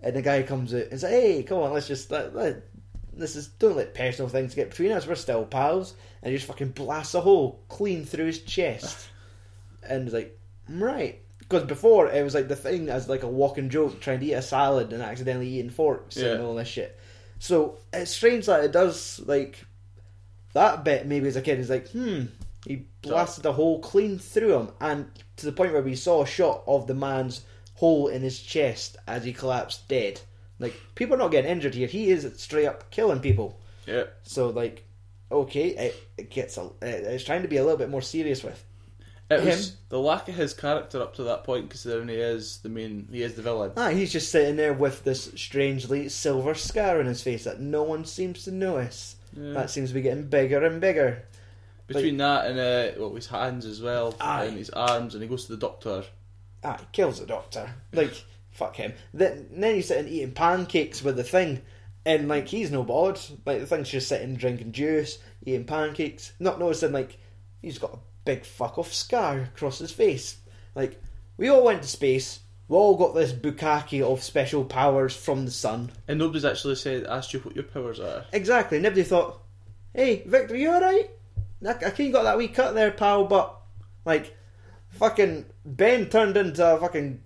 Speaker 2: and the guy comes out and says hey come on let's just let, let, this is don't let personal things get between us we're still pals and he just fucking blasts a hole clean through his chest and he's like right because before it was like the thing as like a walking joke trying to eat a salad and accidentally eating forks
Speaker 3: Yeah.
Speaker 2: and all this shit so it's strange that it does like that bit maybe as a kid is like hmm he blasted a hole clean through him and to the point where we saw a shot of the man's hole in his chest as he collapsed dead like people are not getting injured here he is straight up killing people
Speaker 3: Yeah.
Speaker 2: so like okay it, it gets a it- it's trying to be a little bit more serious with
Speaker 3: It was
Speaker 2: Him.
Speaker 3: the lack of his character up to that point, considering he is the main, he is the villain.
Speaker 2: Ah, he's just sitting there with this strangely silver scar on his face that no one seems to notice.
Speaker 3: Yeah.
Speaker 2: That seems to be getting bigger and bigger.
Speaker 3: Between that and uh, well, his hands as well,
Speaker 2: Aye.
Speaker 3: and his arms, and he goes to the doctor.
Speaker 2: Ah, he kills the doctor. Like, fuck him. Then, then he's sitting eating pancakes with the thing, and like he's no bothered. Like the thing's just sitting drinking juice, eating pancakes, not noticing like he's got a big fuck off scar across his face. Like we all went to space. We all got this bukkake of special powers from the sun.
Speaker 3: And nobody's actually said asked you what your powers are.
Speaker 2: Exactly. Nobody thought, "Hey, Victor, you alright? I, I can got that wee cut there, pal." But like, fucking Ben turned into a fucking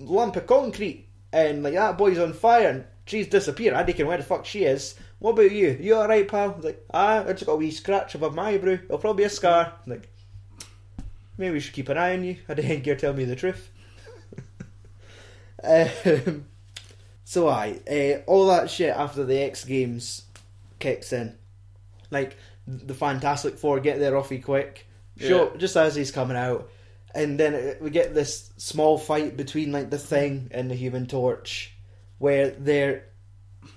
Speaker 2: lump of concrete, and like that boy's on fire, and she's disappeared. I reckon where the fuck she is. What about you? You alright, pal? He's Like, ah, I just got a wee scratch above my eyebrow. It'll probably be a scar. I'm like, maybe we should keep an eye on you. I didn't you tell me the truth. um, so I uh, all that shit after the X Games kicks in, like the Fantastic Four get there off he quick. Sure,
Speaker 3: Yeah.
Speaker 2: just as he's coming out, and then it, we get this small fight between like the Thing and the Human Torch, where they're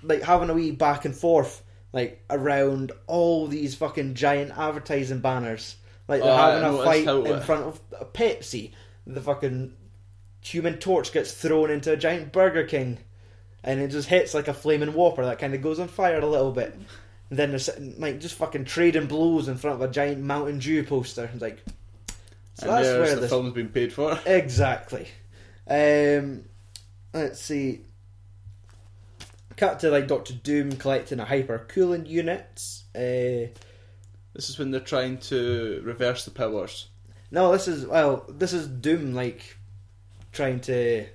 Speaker 2: like having a wee back and forth like around all these fucking giant advertising banners. Like they're
Speaker 3: Oh, I
Speaker 2: having a
Speaker 3: noticed
Speaker 2: fight
Speaker 3: how-
Speaker 2: in front of a Pepsi. The fucking human torch gets thrown into a giant Burger King, and it just hits like a flaming whopper that kind of goes on fire a little bit. And then they're sitting like just fucking trading blows in front of a giant Mountain Dew poster. It's like so
Speaker 3: and
Speaker 2: that's
Speaker 3: there's
Speaker 2: where
Speaker 3: the
Speaker 2: this
Speaker 3: film's been paid for.
Speaker 2: exactly. Um, let's see. Cut to like Doctor Doom collecting a hypercoolant unit. Uh,
Speaker 3: This is when they're trying to reverse the powers.
Speaker 2: no, this is well, this is Doom like trying to.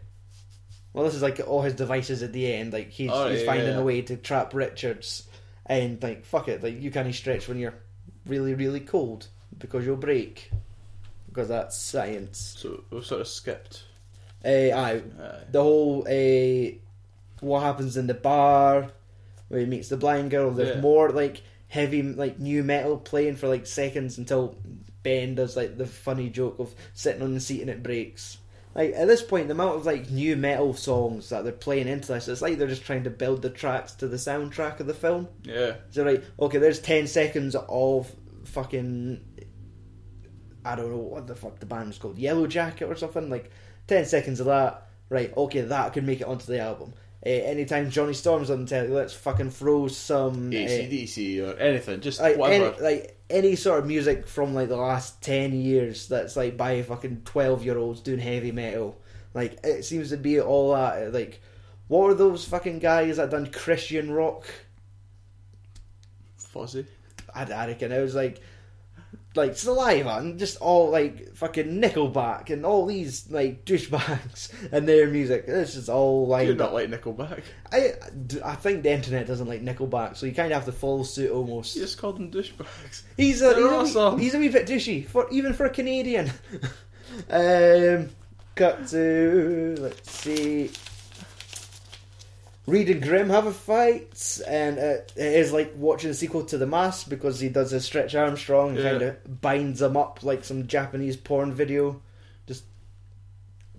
Speaker 2: Well, this is like all his devices at the end. Like he's,
Speaker 3: Oh,
Speaker 2: he's
Speaker 3: yeah,
Speaker 2: finding
Speaker 3: yeah.
Speaker 2: a way to trap Richards, and like fuck it, like you can't stretch when you're really really cold because you'll break, because that's science.
Speaker 3: So we've sort of skipped.
Speaker 2: Uh, aye,
Speaker 3: Aye.
Speaker 2: the whole uh, what happens in the bar where he meets the blind girl. There's
Speaker 3: Yeah.
Speaker 2: more like heavy like new metal playing for like seconds until Ben does like the funny joke of sitting on the seat and it breaks. Like at this point, the amount of like new metal songs that they're playing into this, it's like they're just trying to build the tracks to the soundtrack of the film.
Speaker 3: Yeah.
Speaker 2: So right, okay, there's ten seconds of fucking I don't know what the fuck the band's called, Yellow Jacket or something. Like ten seconds of that, right? Okay, that could make it onto the album. Uh, anytime Johnny Storm's on the telly, let's fucking throw some uh,
Speaker 3: ACDC E or anything, just
Speaker 2: like
Speaker 3: whatever.
Speaker 2: any, like any sort of music from like the last ten years that's like by fucking twelve year olds doing heavy metal. Like it seems to be all that. uh, Like what are those fucking guys that done Christian rock?
Speaker 3: Fuzzy.
Speaker 2: I, I reckon it was like like saliva and just all like fucking Nickelback and all these like douchebags and their music. This is all
Speaker 3: You're
Speaker 2: lined
Speaker 3: not
Speaker 2: up.
Speaker 3: like Nickelback.
Speaker 2: I I think the internet doesn't like Nickelback, so you kind of have to follow suit almost.
Speaker 3: You just called them douchebags.
Speaker 2: He's a he's,
Speaker 3: They're
Speaker 2: a
Speaker 3: awesome.
Speaker 2: wee, he's a wee bit douchey for even for a Canadian. um, cut to let's see. Reed and Grimm have a fight, and uh, it is like watching the sequel to The Mask because he does his stretch Armstrong,
Speaker 3: Yeah.
Speaker 2: kind of binds them up like some Japanese porn video, just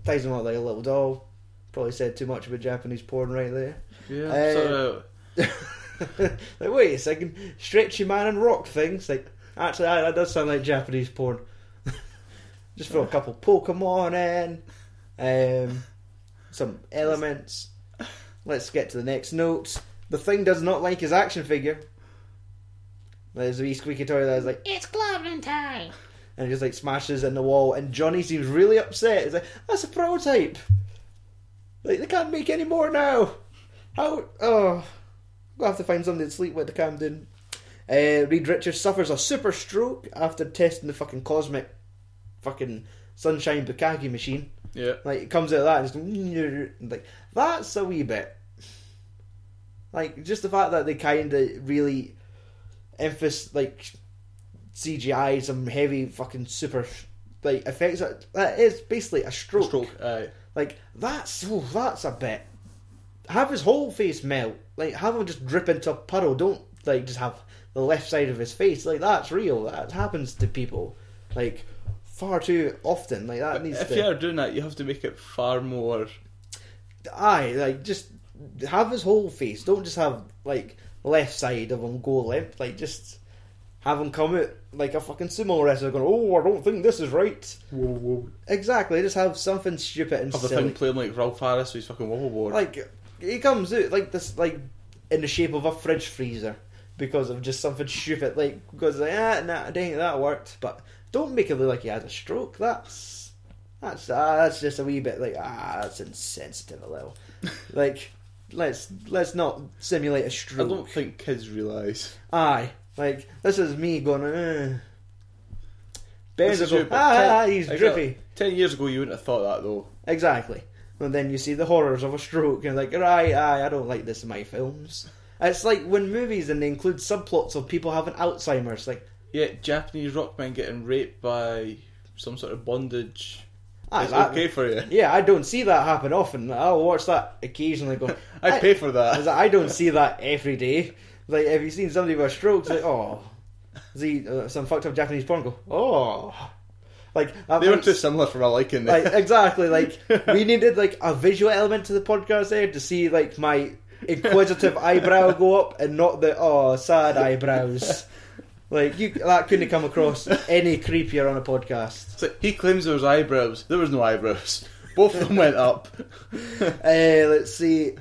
Speaker 2: ties them up like a little doll. Probably said too much about Japanese porn right there.
Speaker 3: Yeah,
Speaker 2: Uh,
Speaker 3: sort of.
Speaker 2: like, wait a second, stretchy man and rock things. Like, actually, that, that does sound like Japanese porn. Just throw a couple Pokemon in, um, some elements. Let's get to the next note. The thing does not like his action figure. There's a wee squeaky toy that's like,
Speaker 4: It's clobbering time.
Speaker 2: and he just like smashes in the wall. And Johnny seems really upset. He's like, "That's a prototype. Like they can't make any more now. How? Oh, we'll have to find something to sleep with the Camden." Uh, Reed Richards suffers a super stroke after testing the fucking cosmic, fucking sunshine bukkake machine.
Speaker 3: Yeah.
Speaker 2: Like it comes out of that and it's like, and, like that's a wee bit. Like just the fact that they kind of really emphasize like CGI some heavy fucking super like effects that, that is basically a stroke.
Speaker 3: Stroke. Aye.
Speaker 2: Like that's oh, that's a bit. Have his whole face melt. Like have him just drip into a puddle. Don't like just have the left side of his face. Like that's real. That happens to people. Like far too often. Like that needs
Speaker 3: If
Speaker 2: to.
Speaker 3: you are doing that, you have to make it far more.
Speaker 2: Aye, like just have his whole face. Don't just have like left side of him go limp. Like just have him come out like a fucking sumo wrestler going, "Oh, I don't think this is right."
Speaker 3: Whoa, whoa.
Speaker 2: Exactly. Just have something stupid and
Speaker 3: Have the
Speaker 2: silly.
Speaker 3: thing playing like Ralph Harris with his fucking wobble board.
Speaker 2: like he comes out like this, like in the shape of a fridge freezer because of just something stupid. Like because like ah, nah, dang, that worked. But don't make it look like he had a stroke. That's that's ah, that's just a wee bit like ah, that's insensitive a little. like let's let's not simulate a
Speaker 3: I
Speaker 2: stroke.
Speaker 3: don't think kids realise.
Speaker 2: Aye, like this is me going. Uh, Bears
Speaker 3: This
Speaker 2: are
Speaker 3: is you,
Speaker 2: going,
Speaker 3: but
Speaker 2: ah,
Speaker 3: ten-
Speaker 2: he's
Speaker 3: exactly.
Speaker 2: drippy.
Speaker 3: Ten years ago, you wouldn't have thought that though.
Speaker 2: Exactly. And then you see the horrors of a stroke, and like, right, aye, I don't like this in my films. It's like when movies and they include subplots of people having Alzheimer's. Like,
Speaker 3: Yeah, Japanese rock men getting raped by some sort of bondage.
Speaker 2: ah,
Speaker 3: It's
Speaker 2: that-
Speaker 3: okay for you.
Speaker 2: Yeah, I don't see that happen often. I'll watch that occasionally. Go,
Speaker 3: I pay for
Speaker 2: I, was
Speaker 3: that.
Speaker 2: like, I don't see that every day. Like, have you seen somebody with a stroke? It's like, oh, see uh, some fucked up Japanese porn. Go, oh, like that
Speaker 3: They were
Speaker 2: might-
Speaker 3: too similar for my liking.
Speaker 2: like
Speaker 3: Like,
Speaker 2: exactly like we needed like a visual element to the podcast there to see like my inquisitive eyebrow go up and not the oh sad eyebrows like you that couldn't have come across any creepier on a podcast
Speaker 3: it's like, he claims there was eyebrows. There was no eyebrows. Both of them went up.
Speaker 2: uh, let's see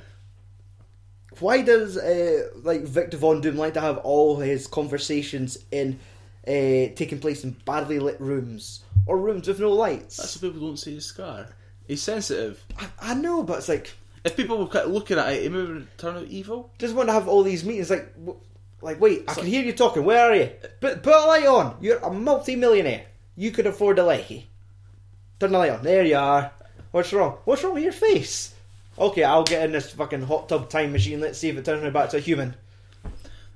Speaker 2: why does uh, like Victor Von Doom like to have all his conversations in uh, taking place in badly lit rooms or rooms with no lights
Speaker 3: That's why people don't see his scar. He He's sensitive.
Speaker 2: I, I know, but it's like
Speaker 3: If people were kind of looking at it, he maybe would turn out evil.
Speaker 2: doesn't want to have all these meetings. Like, w- like wait, I can hear you talking. Where are you? But put a light on. You're a multi-millionaire. You could afford a lecky. Turn the light on. There you are. What's wrong? What's wrong with your face? Okay, I'll get in this fucking hot tub time machine. Let's see if it turns me back to a human.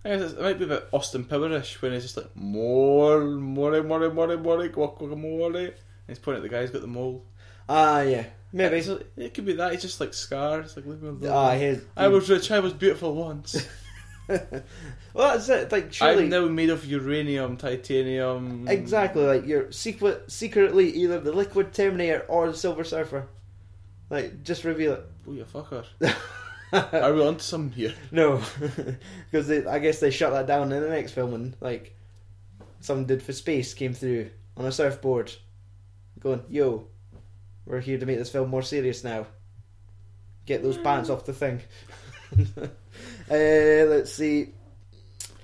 Speaker 3: I guess it's- it might be a bit Austin Powerish when he's just like more, more, more, more, more, guacamole. And he's pointing at the guy who's got the mole.
Speaker 2: Ah, yeah, maybe.
Speaker 3: It's like- It could be that. He's just like scarred. It's like leave me alone.
Speaker 2: Ah, his.
Speaker 3: I was rich. I was beautiful once.
Speaker 2: well, that's it. Like, surely.
Speaker 3: I'm now made of uranium, titanium.
Speaker 2: Exactly, like you're secret, secretly either the Liquid Terminator or the Silver Surfer. Like, just reveal
Speaker 3: Oh, you fucker.
Speaker 2: it.
Speaker 3: Are we onto something here?
Speaker 2: no, because I guess they shut that down in the next film when like some dude for space came through on a surfboard, going, "Yo, we're here to make this film more serious now. Get those pants off the thing." uh, let's see.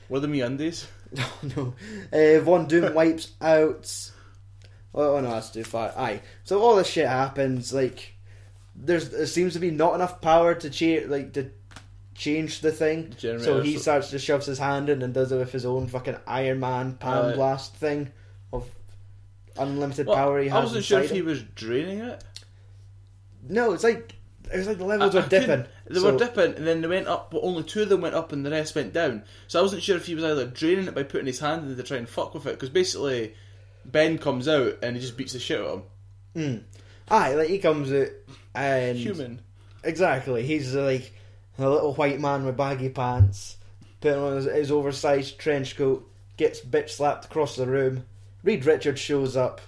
Speaker 3: Were the me undies?
Speaker 2: Oh no. Uh, Von Doom wipes out. Oh, oh, no, that's too far. Aye. So all this shit happens. Like, there's there seems to be not enough power to change like to change the thing.
Speaker 3: Generator,
Speaker 2: so he
Speaker 3: so-
Speaker 2: starts to shoves his hand in and does it with his own fucking Iron Man pan
Speaker 3: Aye.
Speaker 2: blast thing of unlimited
Speaker 3: Uh, Well,
Speaker 2: power. He has
Speaker 3: I wasn't sure if
Speaker 2: inside
Speaker 3: he
Speaker 2: him.
Speaker 3: was draining it.
Speaker 2: No, it's like it's like the
Speaker 3: I-
Speaker 2: levels
Speaker 3: I
Speaker 2: are dipping.
Speaker 3: couldn't- They
Speaker 2: So-
Speaker 3: were dipping, and then they went up, but only two of them went up, and the rest went down. So I wasn't sure if he was either draining it by putting his hand in to try and fuck with it, because basically Ben comes out and he just beats the shit out of him.
Speaker 2: hmm. Aye, like he comes out and
Speaker 3: Human.
Speaker 2: Exactly. He's uh, like a little white man with baggy pants, putting on his, his oversized trench coat, gets bitch slapped across the room. Reed Richards shows up,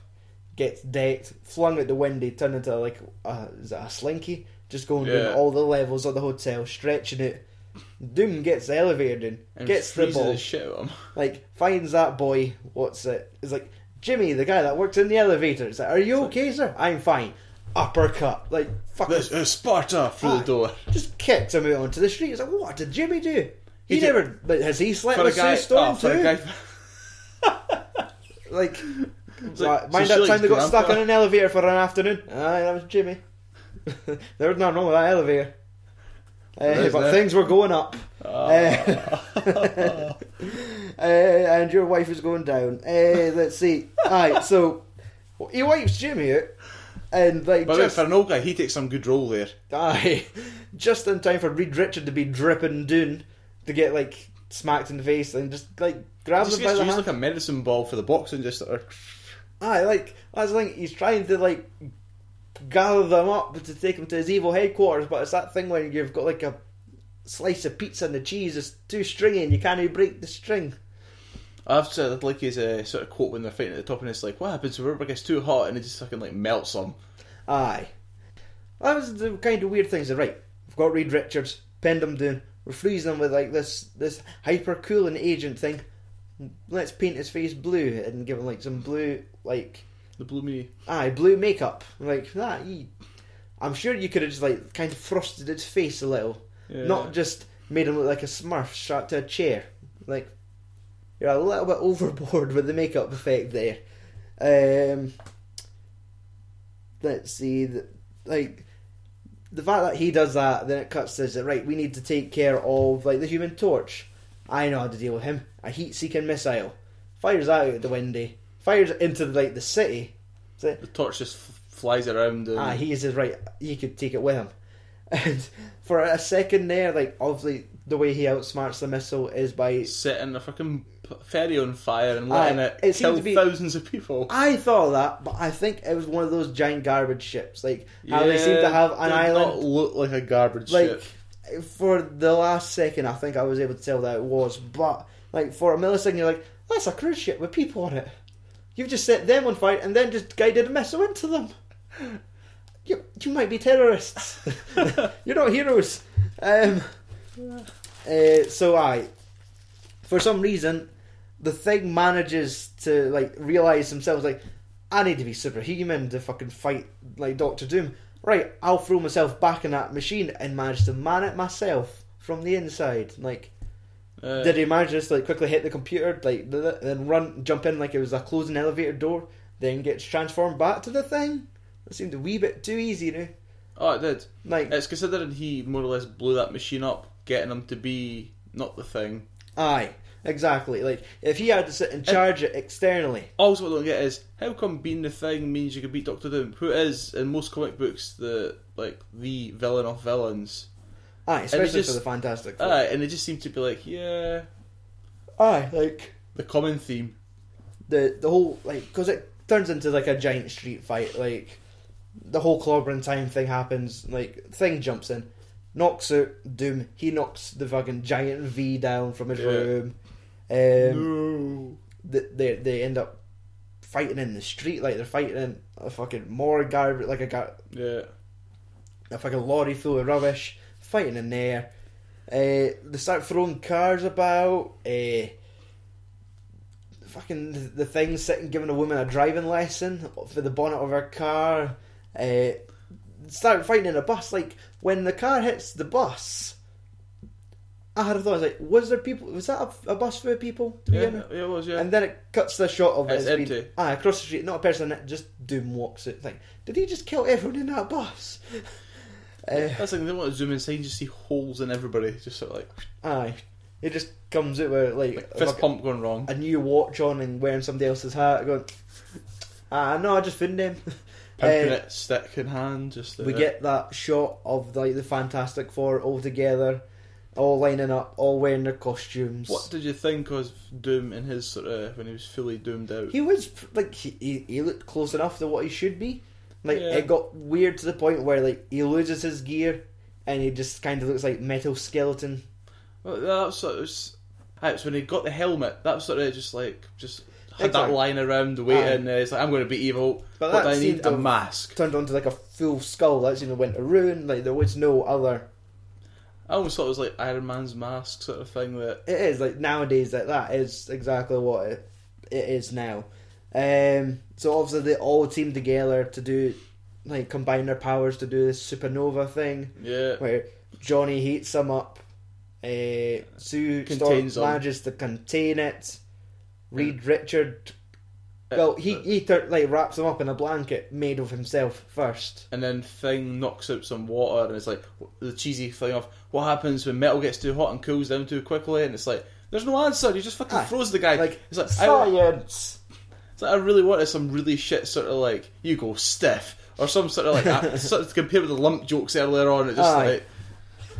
Speaker 2: gets decked, flung at the window, turned into like a, is it a slinky, just going
Speaker 3: Yeah.
Speaker 2: down all the levels of the hotel, stretching it. Doom gets the elevator in,
Speaker 3: And
Speaker 2: gets the
Speaker 3: freezes
Speaker 2: ball,
Speaker 3: the shit out of him.
Speaker 2: like finds that boy. What's it? It's like Jimmy, the guy that works in the elevator. It's like, are you okay, sir? I'm fine. Uppercut, like fuck
Speaker 3: This is Sparta through the
Speaker 2: Aye.
Speaker 3: door.
Speaker 2: just kicked him out onto the street. It's like, what did Jimmy do? He,
Speaker 3: He did-
Speaker 2: never. But has he slept
Speaker 3: For a
Speaker 2: with
Speaker 3: guy,
Speaker 2: Sue Storm
Speaker 3: oh,
Speaker 2: too?
Speaker 3: for a guy,
Speaker 2: Like,
Speaker 3: like-
Speaker 2: mind that
Speaker 3: so surely
Speaker 2: time they got
Speaker 3: his
Speaker 2: stuck in
Speaker 3: grandpa-
Speaker 2: an elevator for an afternoon. Aye, that was Jimmy. there was nothing wrong with that elevator. Eh,
Speaker 3: There's
Speaker 2: but
Speaker 3: that. Ah.
Speaker 2: things were going up. Eh, eh, and your wife is going down. Eh, let's see. Aye, so he wipes Jimmy out, and like
Speaker 3: But wait,
Speaker 2: just
Speaker 3: for an old guy, he takes some good role there.
Speaker 2: Aye. Just in time for Reed Richard to be dripping doon to get like smacked in the face and just like grabs
Speaker 3: Just
Speaker 2: him by
Speaker 3: gets
Speaker 2: the
Speaker 3: used
Speaker 2: hand.
Speaker 3: like a medicine ball for the boxing, just sort of-
Speaker 2: Aye, like that's the thing. He's trying to like gather them up to take them to his evil headquarters, but it's that thing when you've got like a slice of pizza and the cheese is too stringy and you can't even break the string.
Speaker 3: I have to like his uh, sort of quote when they're fighting at the top, and it's like, "What happens if rubber gets too hot and it just fucking like melts them?"
Speaker 2: Aye. That was the kind of weird things. that, Right, we've got Reed Richards, pinned him down, we're freezing him with like this this hyper cooling agent thing. Let's paint his face blue and give him like some blue like
Speaker 3: The blue me.
Speaker 2: aye blue makeup like that. he- I'm sure you could have just like kind of frosted his face a little,
Speaker 3: Yeah.
Speaker 2: not just made him look like a Smurf strapped to a chair. Like you're a little bit overboard with the makeup effect there. Um, let's see, the, like the fact that he does that, then it cuts to that right. We need to take care of like the Human Torch. I know how to deal with him. A heat-seeking missile fires that out the window, fires it into like the city. It's like,
Speaker 3: The torch just f- flies around. And
Speaker 2: Ah, he is his right. He could take it with him. And for a second there, like obviously the way he outsmarts the missile is by.
Speaker 3: setting a fucking p- ferry on fire and letting
Speaker 2: Aye,
Speaker 3: it,
Speaker 2: Ah, it seemed
Speaker 3: kill
Speaker 2: to be- Ah,
Speaker 3: thousands of people.
Speaker 2: I thought of that, but I think it was one of those giant garbage ships. Like how Ah, they seem to
Speaker 3: Yeah,
Speaker 2: have an
Speaker 3: they
Speaker 2: island.
Speaker 3: Not look like a garbage
Speaker 2: like
Speaker 3: ship.
Speaker 2: for the last second, I think I was able to tell that it was. But like for a millisecond, you're like, that's a cruise ship with people on it. You've just set them on fire and then just guided a missile into them. You, you might be terrorists. you're not heroes. Um, uh, so I, for some reason, the thing manages to like realize themselves like, I need to be superhuman to fucking fight like Doctor Doom. Right, I'll throw myself back in that machine and manage to man it myself from the inside. Like,
Speaker 3: Uh,
Speaker 2: did he manage just to, like quickly hit the computer, like th- th- then run, jump in like it was a closing elevator door, then gets transformed back to the thing? That seemed a wee bit too easy, you know.
Speaker 3: Oh, it did.
Speaker 2: Like,
Speaker 3: It's considering he more or less blew that machine up, getting him to be not the thing.
Speaker 2: aye, exactly. Like, if he had to sit and charge it externally,
Speaker 3: Also, what I don't get is how come being the thing means you can beat Doctor Doom, who is in most comic books the like the villain of villains.
Speaker 2: aye, especially
Speaker 3: just-
Speaker 2: for the Fantastic Four.
Speaker 3: Aye, and they just seem to be like, yeah,
Speaker 2: aye, like
Speaker 3: the common theme.
Speaker 2: the the whole like because it turns into like a giant street fight. Like the whole clobbering time thing happens. Like thing jumps in, knocks out Doom. He knocks the fucking giant V down from his
Speaker 3: Yeah.
Speaker 2: room. Um,
Speaker 3: No.
Speaker 2: th- they they end up fighting in the street. Like they're fighting in a fucking morgue, garbage, like a gar-
Speaker 3: Yeah.
Speaker 2: a fucking lorry full of rubbish, fighting in there. Uh, they start throwing cars about. Uh, fucking the, the thing sitting giving a woman a driving lesson for the bonnet of her car. Uh, start fighting in a bus. Like when the car hits the bus, I had a thought. I was like, was there people? Was that a, a bus full of people? to
Speaker 3: Yeah,
Speaker 2: begin with?
Speaker 3: yeah, it was, yeah.
Speaker 2: And then it cuts the shot of it.
Speaker 3: It's
Speaker 2: as being-
Speaker 3: empty.
Speaker 2: ah, across the street, not a person. in it, Just Doom walks it. Like, did he just kill everyone in that bus? Uh,
Speaker 3: That's the thing, they want to zoom inside and just see holes in everybody. Just sort of like,
Speaker 2: aye, it just comes out with like,
Speaker 3: like
Speaker 2: a
Speaker 3: fist
Speaker 2: fucking-
Speaker 3: pump going wrong.
Speaker 2: a new watch on and wearing somebody else's hat. Going, ah, no, I just found him.
Speaker 3: Pimping
Speaker 2: Uh,
Speaker 3: it, stick in hand, just
Speaker 2: we
Speaker 3: uh,
Speaker 2: get that shot of like the Fantastic Four all together, all lining up, all wearing their costumes.
Speaker 3: What did you think of Doom in his sort of when he was fully doomed out?
Speaker 2: He was like he, he, he looked close enough to what he should be. Like
Speaker 3: Yeah.
Speaker 2: it got weird to the point where like he loses his gear and he just kind of looks like metal skeleton.
Speaker 3: Well, that was sort of. s- aye, it's when he got the helmet. That was sort of just like just had
Speaker 2: Exactly.
Speaker 3: that line around the waiting. and it's like I'm going to be evil,
Speaker 2: But
Speaker 3: but,
Speaker 2: that
Speaker 3: I
Speaker 2: seemed
Speaker 3: need
Speaker 2: to-
Speaker 3: a mask.
Speaker 2: Turned onto like a full skull that's in the winter ruin. Like there was no other.
Speaker 3: I almost thought it was like Iron Man's mask sort of thing. That
Speaker 2: It is like nowadays like that is exactly what it, it is now. Um, so obviously they all team together to do like combine their powers to do this supernova thing.
Speaker 3: yeah,
Speaker 2: where Johnny heats him up. Uh, Sue
Speaker 3: Contains
Speaker 2: Storm
Speaker 3: him.
Speaker 2: manages to contain it. Reed Richard,
Speaker 3: Uh,
Speaker 2: well, he
Speaker 3: uh,
Speaker 2: he tur- like wraps him up in a blanket made of himself first.
Speaker 3: and then Thing knocks out some water, and it's like the cheesy thing of what happens when metal gets too hot and cools down too quickly, and it's like. There's no answer. You just fucking
Speaker 2: Aye.
Speaker 3: froze the guy.
Speaker 2: Ah, Like
Speaker 3: it's like I,
Speaker 2: science.
Speaker 3: It's like I really wanted some really shit sort of like you go stiff or some sort of like that, sort of compared with the lump jokes earlier on. It just
Speaker 2: Aye.
Speaker 3: like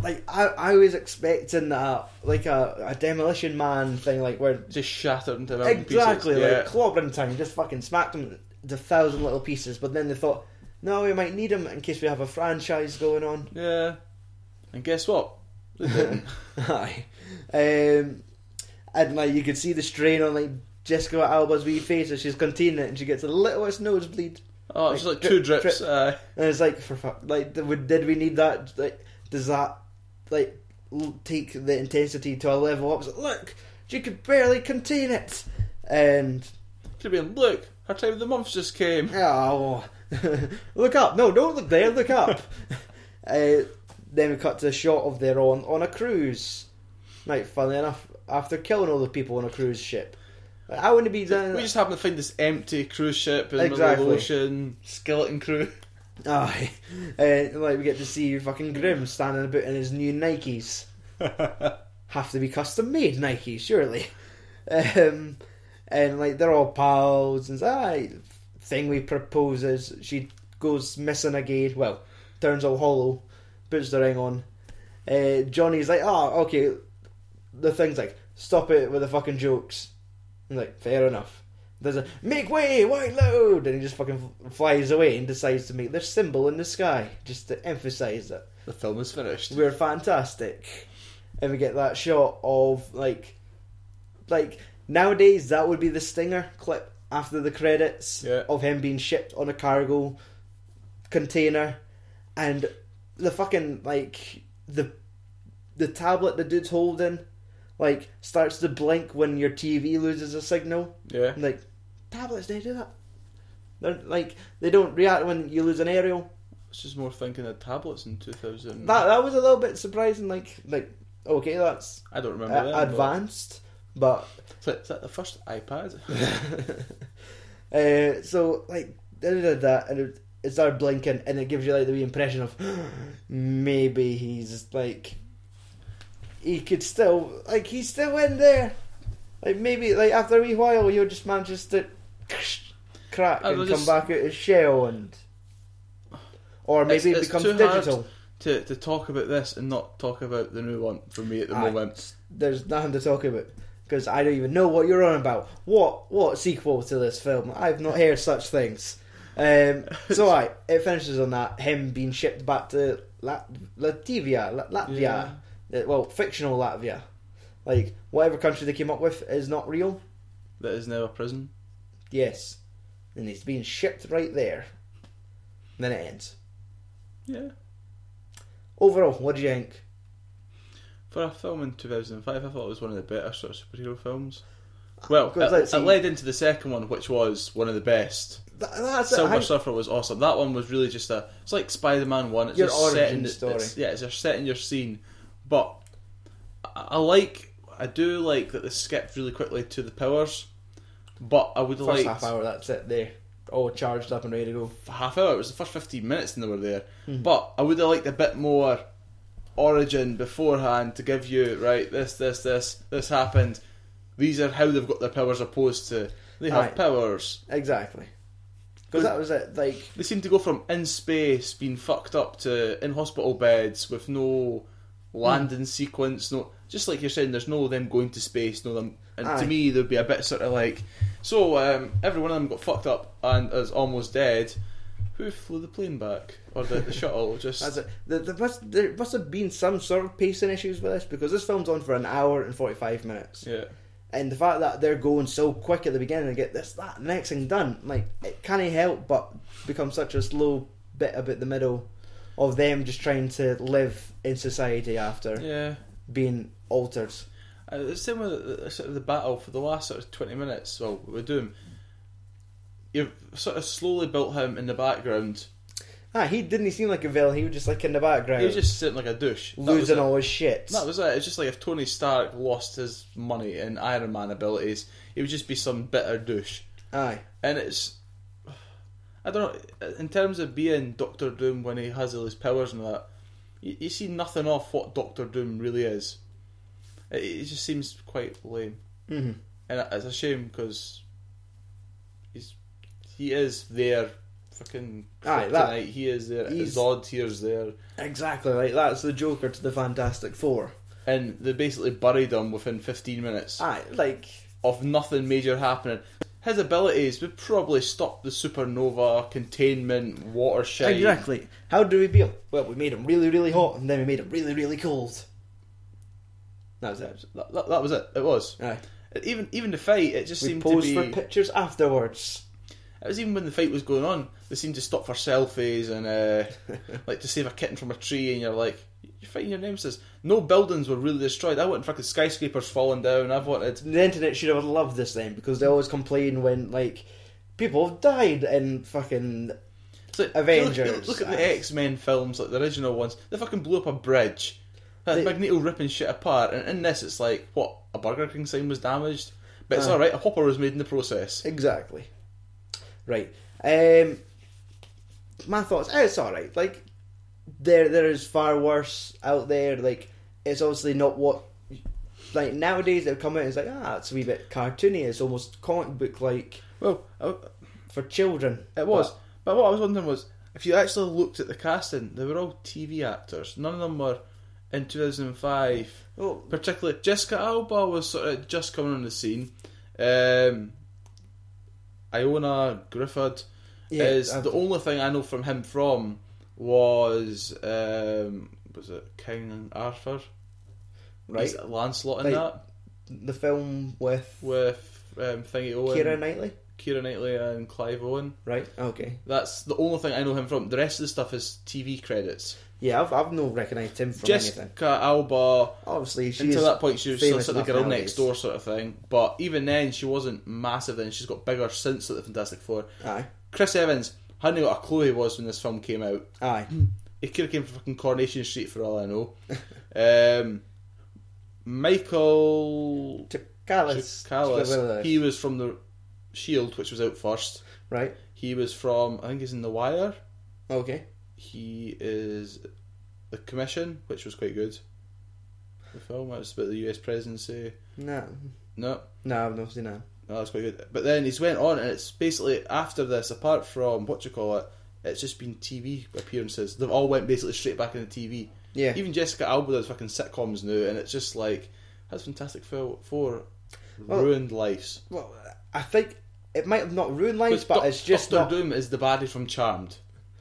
Speaker 2: Like I, I was expecting that, like a, a demolition man thing, like where
Speaker 3: just shattered into a million
Speaker 2: exactly
Speaker 3: pieces.
Speaker 2: like clobbering time, just fucking smacked him to thousand little pieces. But then they thought, no, we might need him in case we have a franchise going on.
Speaker 3: yeah. yeah. And guess what? They didn't.
Speaker 2: Aye. Um, and like you could see the strain on like Jessica Alba's wee face as she's containing it, and she gets the littlest nosebleed.
Speaker 3: oh, it's just
Speaker 2: Like,
Speaker 3: like two
Speaker 2: drip,
Speaker 3: drips.
Speaker 2: drip.
Speaker 3: Uh,
Speaker 2: And it's like, for fuck, like th- would- did we need that? Like, does that like l- take the intensity to a level up? It's like, Look, she could barely contain it, and
Speaker 3: could have been look. Her time of the month just came.
Speaker 2: Oh, look up! No, don't look there. Look up. uh, then we cut to a shot of they're on on a cruise. Like, funnily enough, after killing all the people on a cruise ship, Like, I wouldn't be done.
Speaker 3: We just happened to find this empty cruise ship in the middle of
Speaker 2: Exactly.
Speaker 3: the ocean. Skeleton crew.
Speaker 2: Aye. Uh, like we get to see fucking Grim standing about in his new Nikes. Have to be custom made Nikes, surely. Um, and like they're all pals and aye, thing we proposes. She goes missing again. Well, turns all hollow, puts the ring on. Uh, Johnny's like, oh, okay. The thing's like, stop it with the fucking jokes. I'm like, fair enough. There's a make way, white load, and he just fucking f- flies away and decides to make their symbol in the sky just to emphasize that
Speaker 3: The film is finished.
Speaker 2: we're fantastic. And we get that shot of like, like nowadays that would be the stinger clip after the credits
Speaker 3: Yeah.
Speaker 2: of him being shipped on a cargo container, and the fucking like the the tablet the dude's holding like starts to blink when your TV loses a signal.
Speaker 3: Yeah.
Speaker 2: I'm like, tablets, they do that. They're like, they don't react when you lose an aerial.
Speaker 3: It's just more thinking of tablets in 2000.
Speaker 2: That that was a little bit surprising. Like, like, okay, that's
Speaker 3: I don't remember
Speaker 2: uh,
Speaker 3: them, but-
Speaker 2: advanced, but
Speaker 3: It's like- Is that the first iPad?
Speaker 2: Eh, uh, so like they did that, and it, it started blinking, and it gives you like the wee impression of maybe he's like he could still like he's still in there. Like maybe like after a wee while, you'll just manage just to crack
Speaker 3: Oh,
Speaker 2: and
Speaker 3: well,
Speaker 2: come
Speaker 3: just-
Speaker 2: back out his shell, and or maybe it
Speaker 3: It's- it's
Speaker 2: becomes
Speaker 3: too hard
Speaker 2: digital.
Speaker 3: To, to talk about this and not talk about the new one for me at the
Speaker 2: Aye.
Speaker 3: moment.
Speaker 2: There's nothing to talk about because I don't even know what you're on about. What what sequel to this film? I've not heard such things. Um, so I it finishes on that him being shipped back to Lat- Latvia, La- Latvia, Uh, well fictional Latvia, like whatever country they came up with is not real.
Speaker 3: That is now a prison.
Speaker 2: Yes, and he's being shipped right there. And then it ends.
Speaker 3: Yeah.
Speaker 2: Overall, what do you think?
Speaker 3: For a film in 2005, I thought it was one of the better sort of superhero films. Well,
Speaker 2: Ah, Because let's
Speaker 3: it, it
Speaker 2: see.
Speaker 3: led into the second one, which was one of the best.
Speaker 2: Th- that's it.
Speaker 3: Silver
Speaker 2: I-
Speaker 3: Surfer was awesome. That one was really just a. It's like Spider Man One. It's
Speaker 2: Your
Speaker 3: just set
Speaker 2: origin
Speaker 3: in the,
Speaker 2: story.
Speaker 3: It's, yeah, it's just setting your scene. But I, I like. I do like that they skipped really quickly to the powers. But I would
Speaker 2: First
Speaker 3: like
Speaker 2: half hour, that's it. There, all charged up and ready to go.
Speaker 3: half hour. It was the first fifteen minutes, and they were there. But I would have liked a bit more origin beforehand to give you right. This, this, this, this happened. These are how they've got their powers, opposed to they have
Speaker 2: Aye.
Speaker 3: powers.
Speaker 2: Exactly. Because that was it. Like,
Speaker 3: They seem to go from in space being fucked up to in hospital beds with no landing sequence. No, just like you're saying, there's no them going to space. No them. And
Speaker 2: Aye.
Speaker 3: to me, there'd be a bit sort of like, so um, every one of them got fucked up and is almost dead. Who flew the plane back or the, the shuttle? Just
Speaker 2: that's it. There, there, must, there must have been some sort of pacing issues with this because this film's on for an hour and 45 minutes.
Speaker 3: yeah.
Speaker 2: And the fact that they're going so quick at the beginning and get this, that, next thing done, like, it can't help but become such a slow bit about the middle of them just trying to live in society after
Speaker 3: Yeah.
Speaker 2: being altered.
Speaker 3: Uh, the same with the- the, sort of the battle for the last sort of twenty minutes. Well, with Doom, you've sort of slowly built him in the background.
Speaker 2: Ah, he didn't seem like a villain, he was just like in the background,
Speaker 3: He was just sitting like a douche, That was
Speaker 2: losing
Speaker 3: it.
Speaker 2: all his shit.
Speaker 3: That was it. It's just like if Tony Stark lost his money and Iron Man abilities, he would just be some bitter douche.
Speaker 2: Aye.
Speaker 3: And it's, I don't know. In terms of being Doctor Doom when he has all his powers and that, you, you see nothing of what Doctor Doom really is. It, it just seems quite lame,
Speaker 2: hmm
Speaker 3: and it's a shame because he's he is there. Fucking
Speaker 2: Aye, that-
Speaker 3: kryptonite, he is there.
Speaker 2: he's-
Speaker 3: His odd tears there.
Speaker 2: Exactly, like that's the Joker to the Fantastic Four.
Speaker 3: And they basically buried him within 15 minutes.
Speaker 2: Aye, like
Speaker 3: of nothing major happening. His abilities would probably stop the supernova, containment, watershed.
Speaker 2: exactly. How do we feel? Well, we made him really, really hot, and then we made him really, really cold. That was it.
Speaker 3: That, that, that was it. It was.
Speaker 2: Aye.
Speaker 3: Even even the fight, it just
Speaker 2: We
Speaker 3: seemed to
Speaker 2: posed
Speaker 3: be.
Speaker 2: for pictures afterwards.
Speaker 3: it was even when the fight was going on, they seemed to stop for selfies and uh, like to save a kitten from a tree, and you're like, you're fighting your nemesis. No buildings were really destroyed. I wanted fucking skyscrapers falling down. I've wanted
Speaker 2: The internet should have loved this then because they always complain when like people have died in fucking.
Speaker 3: It's like,
Speaker 2: Avengers.
Speaker 3: Look, look at the X Men films, like the original ones. They fucking blew up a bridge. Like,
Speaker 2: They-
Speaker 3: Magneto ripping shit apart, and in this, it's like what a Burger King sign was damaged, but it's
Speaker 2: Aye.
Speaker 3: all right. A hopper was made in the process.
Speaker 2: Exactly. Right. Um, my thoughts. eh, It's all right. Like there, there is far worse out there. Like it's obviously not what. Like nowadays, they'll come out and it's like, ah, it's a wee bit cartoony. It's almost comic book like
Speaker 3: Well, I-
Speaker 2: for children.
Speaker 3: it was. But, what I was wondering was if you actually looked at the casting, they were all TV actors. None of them were in 2005.
Speaker 2: Well-
Speaker 3: particularly Jessica Alba was sort of just coming on the scene. Um, Iona Griffith.
Speaker 2: Yeah,
Speaker 3: is
Speaker 2: I've-
Speaker 3: the only thing I know from him from was um, was it King Arthur?
Speaker 2: Right.
Speaker 3: He's Lancelot in
Speaker 2: Right.
Speaker 3: that
Speaker 2: The film with
Speaker 3: with um, Thingy Owen,
Speaker 2: Keira Knightley.
Speaker 3: Keira Knightley, and Clive Owen.
Speaker 2: Right. Okay.
Speaker 3: That's the only thing I know him from. The rest of the stuff is TV credits.
Speaker 2: Yeah, I've I've no recognised him from
Speaker 3: Jessica
Speaker 2: anything.
Speaker 3: Alba.
Speaker 2: Obviously, she's
Speaker 3: Until that point, she was still
Speaker 2: famous
Speaker 3: sort of the
Speaker 2: enough
Speaker 3: girl next
Speaker 2: nowadays.
Speaker 3: door sort of thing. But even then, she wasn't massive. Then she's got bigger since the Fantastic Four.
Speaker 2: Aye.
Speaker 3: Chris Evans, hadn't got a clue he was when this film came out.
Speaker 2: Aye.
Speaker 3: He could have came from fucking Coronation Street for all I know. um, Michael
Speaker 2: Chikalis.
Speaker 3: Chiklis, he was from the Shield, which was out first.
Speaker 2: Right.
Speaker 3: He was from I think he's in The Wire.
Speaker 2: Okay.
Speaker 3: He is the commission, which was quite good. The film it's about the U.S. presidency.
Speaker 2: No.
Speaker 3: No,
Speaker 2: No, I've not seen that.
Speaker 3: no, that's quite good. But then he's went on, and it's basically after this. Apart from what you call it, it's just been TV appearances. They've all went basically straight back into TV.
Speaker 2: Yeah.
Speaker 3: Even Jessica Alba does fucking sitcoms now, and it's just like that's Fantastic Four, four
Speaker 2: Well-
Speaker 3: ruined lives.
Speaker 2: Well, I think it might have not ruined lives,
Speaker 3: 'Cause
Speaker 2: but
Speaker 3: Doc-
Speaker 2: it's just
Speaker 3: Doctor
Speaker 2: not.
Speaker 3: Doom is the baddie from Charmed.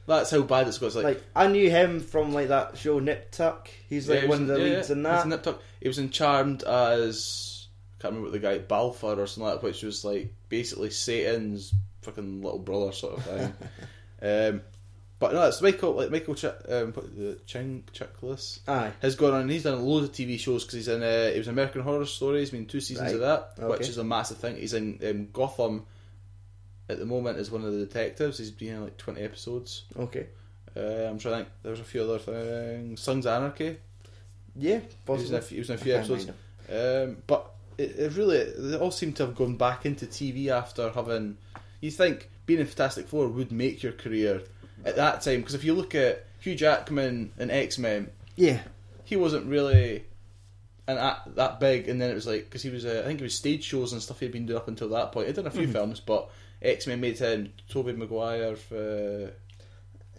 Speaker 3: That's how bad it's got. It's like,
Speaker 2: Like I knew him from like that show Nip Tuck. He's like
Speaker 3: he was
Speaker 2: one of the
Speaker 3: yeah, yeah,
Speaker 2: leads in
Speaker 3: he was
Speaker 2: that.
Speaker 3: Nip Tuck. He was in Charmed as I can't remember what the guy Balfour or something like that, which was like basically Satan's fucking little brother sort of thing. um, but no, it's Michael like Michael Ch- um, what- the Ching Chiklis
Speaker 2: Aye.
Speaker 3: has gone on. and He's done a load of TV shows because he's in. Uh, he was in American Horror Story. He's been in two seasons of
Speaker 2: Right.
Speaker 3: that, which
Speaker 2: Okay.
Speaker 3: is a massive thing. He's in um, Gotham. At the moment, as one of the detectives, he's been in like twenty episodes.
Speaker 2: Okay.
Speaker 3: Uh, I'm trying to think. There was a few other things. Sons of Anarchy.
Speaker 2: Yeah.
Speaker 3: He was in
Speaker 2: Possibly.
Speaker 3: a few, he was in a few
Speaker 2: I can't
Speaker 3: episodes. Um, but it, it really, they all seem to have gone back into TV after having. You think being in Fantastic Four would make your career at that time? Because if you look at Hugh Jackman in X Men,
Speaker 2: Yeah.
Speaker 3: he wasn't really an act that big, and then it was like because he was, uh, I think it was stage shows and stuff he'd been doing up until that point. He'd done a
Speaker 2: Mm-hmm.
Speaker 3: few films, but X Men made him Tobey Maguire for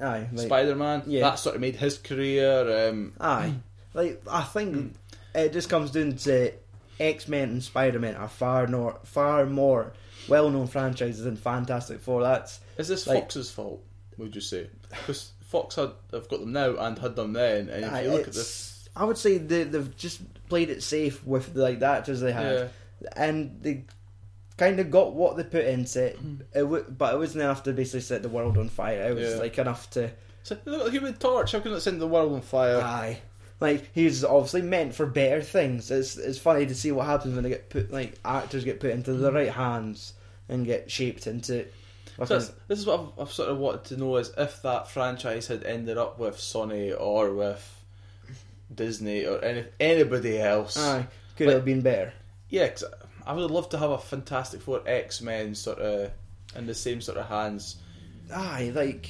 Speaker 2: Aye. Like,
Speaker 3: Spider Man.
Speaker 2: yeah.
Speaker 3: That sort of made his career. Um,
Speaker 2: Aye. Like I think
Speaker 3: Hmm.
Speaker 2: it just comes down to X Men and Spider Man are far nor far more well known franchises than Fantastic Four. That's
Speaker 3: Is this
Speaker 2: Like-
Speaker 3: Fox's fault? Would you say? Because Fox had have got them now and had them then, and if
Speaker 2: aye,
Speaker 3: you look at
Speaker 2: it's-
Speaker 3: this,
Speaker 2: I would say they, they've just played it safe with like the actors they had, and they kind of got what they put into it.
Speaker 3: Hmm.
Speaker 2: it w- but it wasn't enough to basically set the world on fire. It was
Speaker 3: Yeah.
Speaker 2: like enough to
Speaker 3: so look at the Human Torch. How can it send the world on fire?
Speaker 2: aye. Like he's obviously meant for better things. It's it's funny to see what happens when they get put like actors get put into the right hands and get shaped into.
Speaker 3: Hmm. So
Speaker 2: fucking-
Speaker 3: that's, this is what I've, I've sort of wanted to know is if that franchise had ended up with Sony or with Disney or any, anybody else.
Speaker 2: Aye, could
Speaker 3: Like-
Speaker 2: have been better.
Speaker 3: Yeah, 'cause I would love to have a Fantastic Four X Men sort of in the same sort of hands.
Speaker 2: Aye, like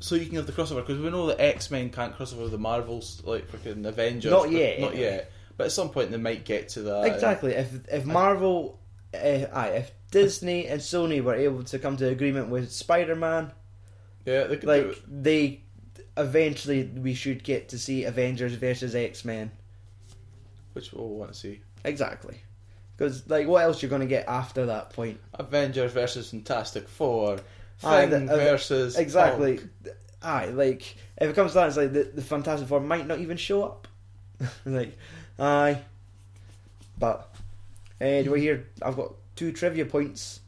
Speaker 3: so you can have the crossover because we know that X Men can't crossover with the Marvels like fucking Avengers.
Speaker 2: Not
Speaker 3: but-
Speaker 2: yet,
Speaker 3: Not
Speaker 2: yeah.
Speaker 3: yet. But at some point they might get to that.
Speaker 2: exactly. If if Marvel, uh, aye, if Disney and Sony were able to come to agreement with Spider Man,
Speaker 3: Yeah, they could do
Speaker 2: like
Speaker 3: it.
Speaker 2: they eventually we should get to see Avengers versus X Men.
Speaker 3: Which we'll want to see.
Speaker 2: Exactly, because like what else you're gonna get after that point?
Speaker 3: Avengers versus Fantastic Four. Thing
Speaker 2: Aye, the- uh,
Speaker 3: versus
Speaker 2: exactly.
Speaker 3: Hulk.
Speaker 2: Aye, like if it comes to that, it's like the, the Fantastic Four might not even show up. like, aye, but uh, do we hear? I've got two trivia points.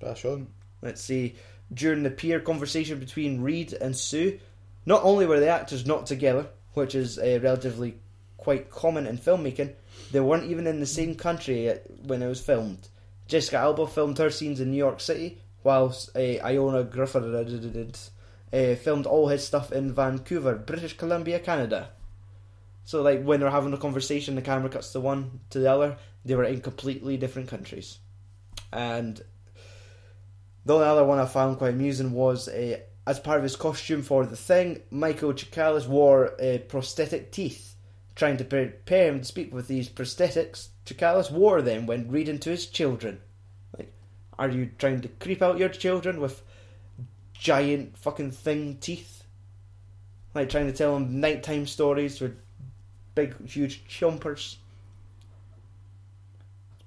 Speaker 3: Bash on.
Speaker 2: Let's see. During the peer conversation between Reed and Sue, not only were the actors not together, which is uh, relatively quite common in filmmaking, they weren't even in the same country uh, when it was filmed. Jessica Alba filmed her scenes in New York City, whilst uh, Iona Griffith uh, filmed all his stuff in Vancouver, British Columbia, Canada. So, like, when they're having a conversation, the camera cuts to one to the other. They were in completely different countries. And the only other one I found quite amusing was uh, as part of his costume for the thing, Michael Chiklis wore uh, prosthetic teeth. Trying to prepare him to speak with these prosthetics, Chiklis wore them when reading to his children. Like, are you trying to creep out your children with giant fucking thing teeth? Like trying to tell them nighttime stories with big, huge chompers.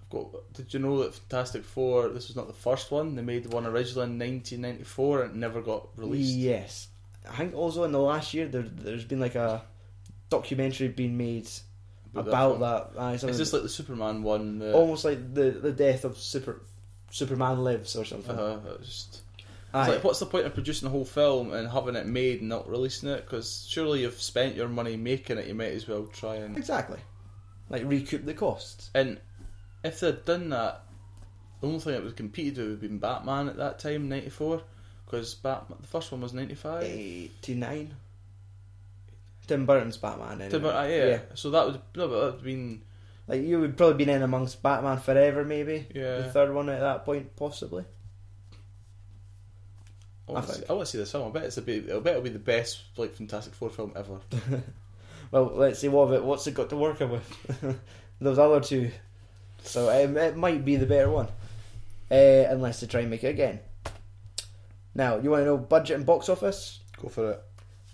Speaker 3: I've got. Did you know that Fantastic Four? This was not the first one. They made one originally in 1994 and it never got released.
Speaker 2: Yes, I think also in the last year there, there's been like a documentary being made
Speaker 3: About that
Speaker 2: about
Speaker 3: film.
Speaker 2: that. Aye, something
Speaker 3: Is this like the Superman one? Uh,
Speaker 2: almost like the the death of Super Superman lives or something.
Speaker 3: uh, just.
Speaker 2: Aye.
Speaker 3: It's like, what's the point of producing a whole film and having it made and not releasing it? Because surely you've spent your money making it, you might as well try and.
Speaker 2: exactly. Like recoup the costs.
Speaker 3: And if they'd done that, the only thing that would have competed with would have been Batman at that time, 94. Because Batman, the first one was 95.
Speaker 2: Eighty nine. Tim Burton's Batman. Anyway.
Speaker 3: Tim Burton, ah, yeah. So that would, no, but that would have been.
Speaker 2: Like you would probably been in amongst Batman Forever, maybe.
Speaker 3: Yeah.
Speaker 2: The third one at that point, possibly.
Speaker 3: I
Speaker 2: I
Speaker 3: want, to see,
Speaker 2: think.
Speaker 3: oh, I want to see this film. I bet it's a bit, I bet it'll be the best like Fantastic Four film ever.
Speaker 2: Well, let's see what of it. What's it got to work on with? Those other two. So um, it might be the better one, uh, unless they try and make it again. Now, you want to know budget and box office?
Speaker 3: Go for it.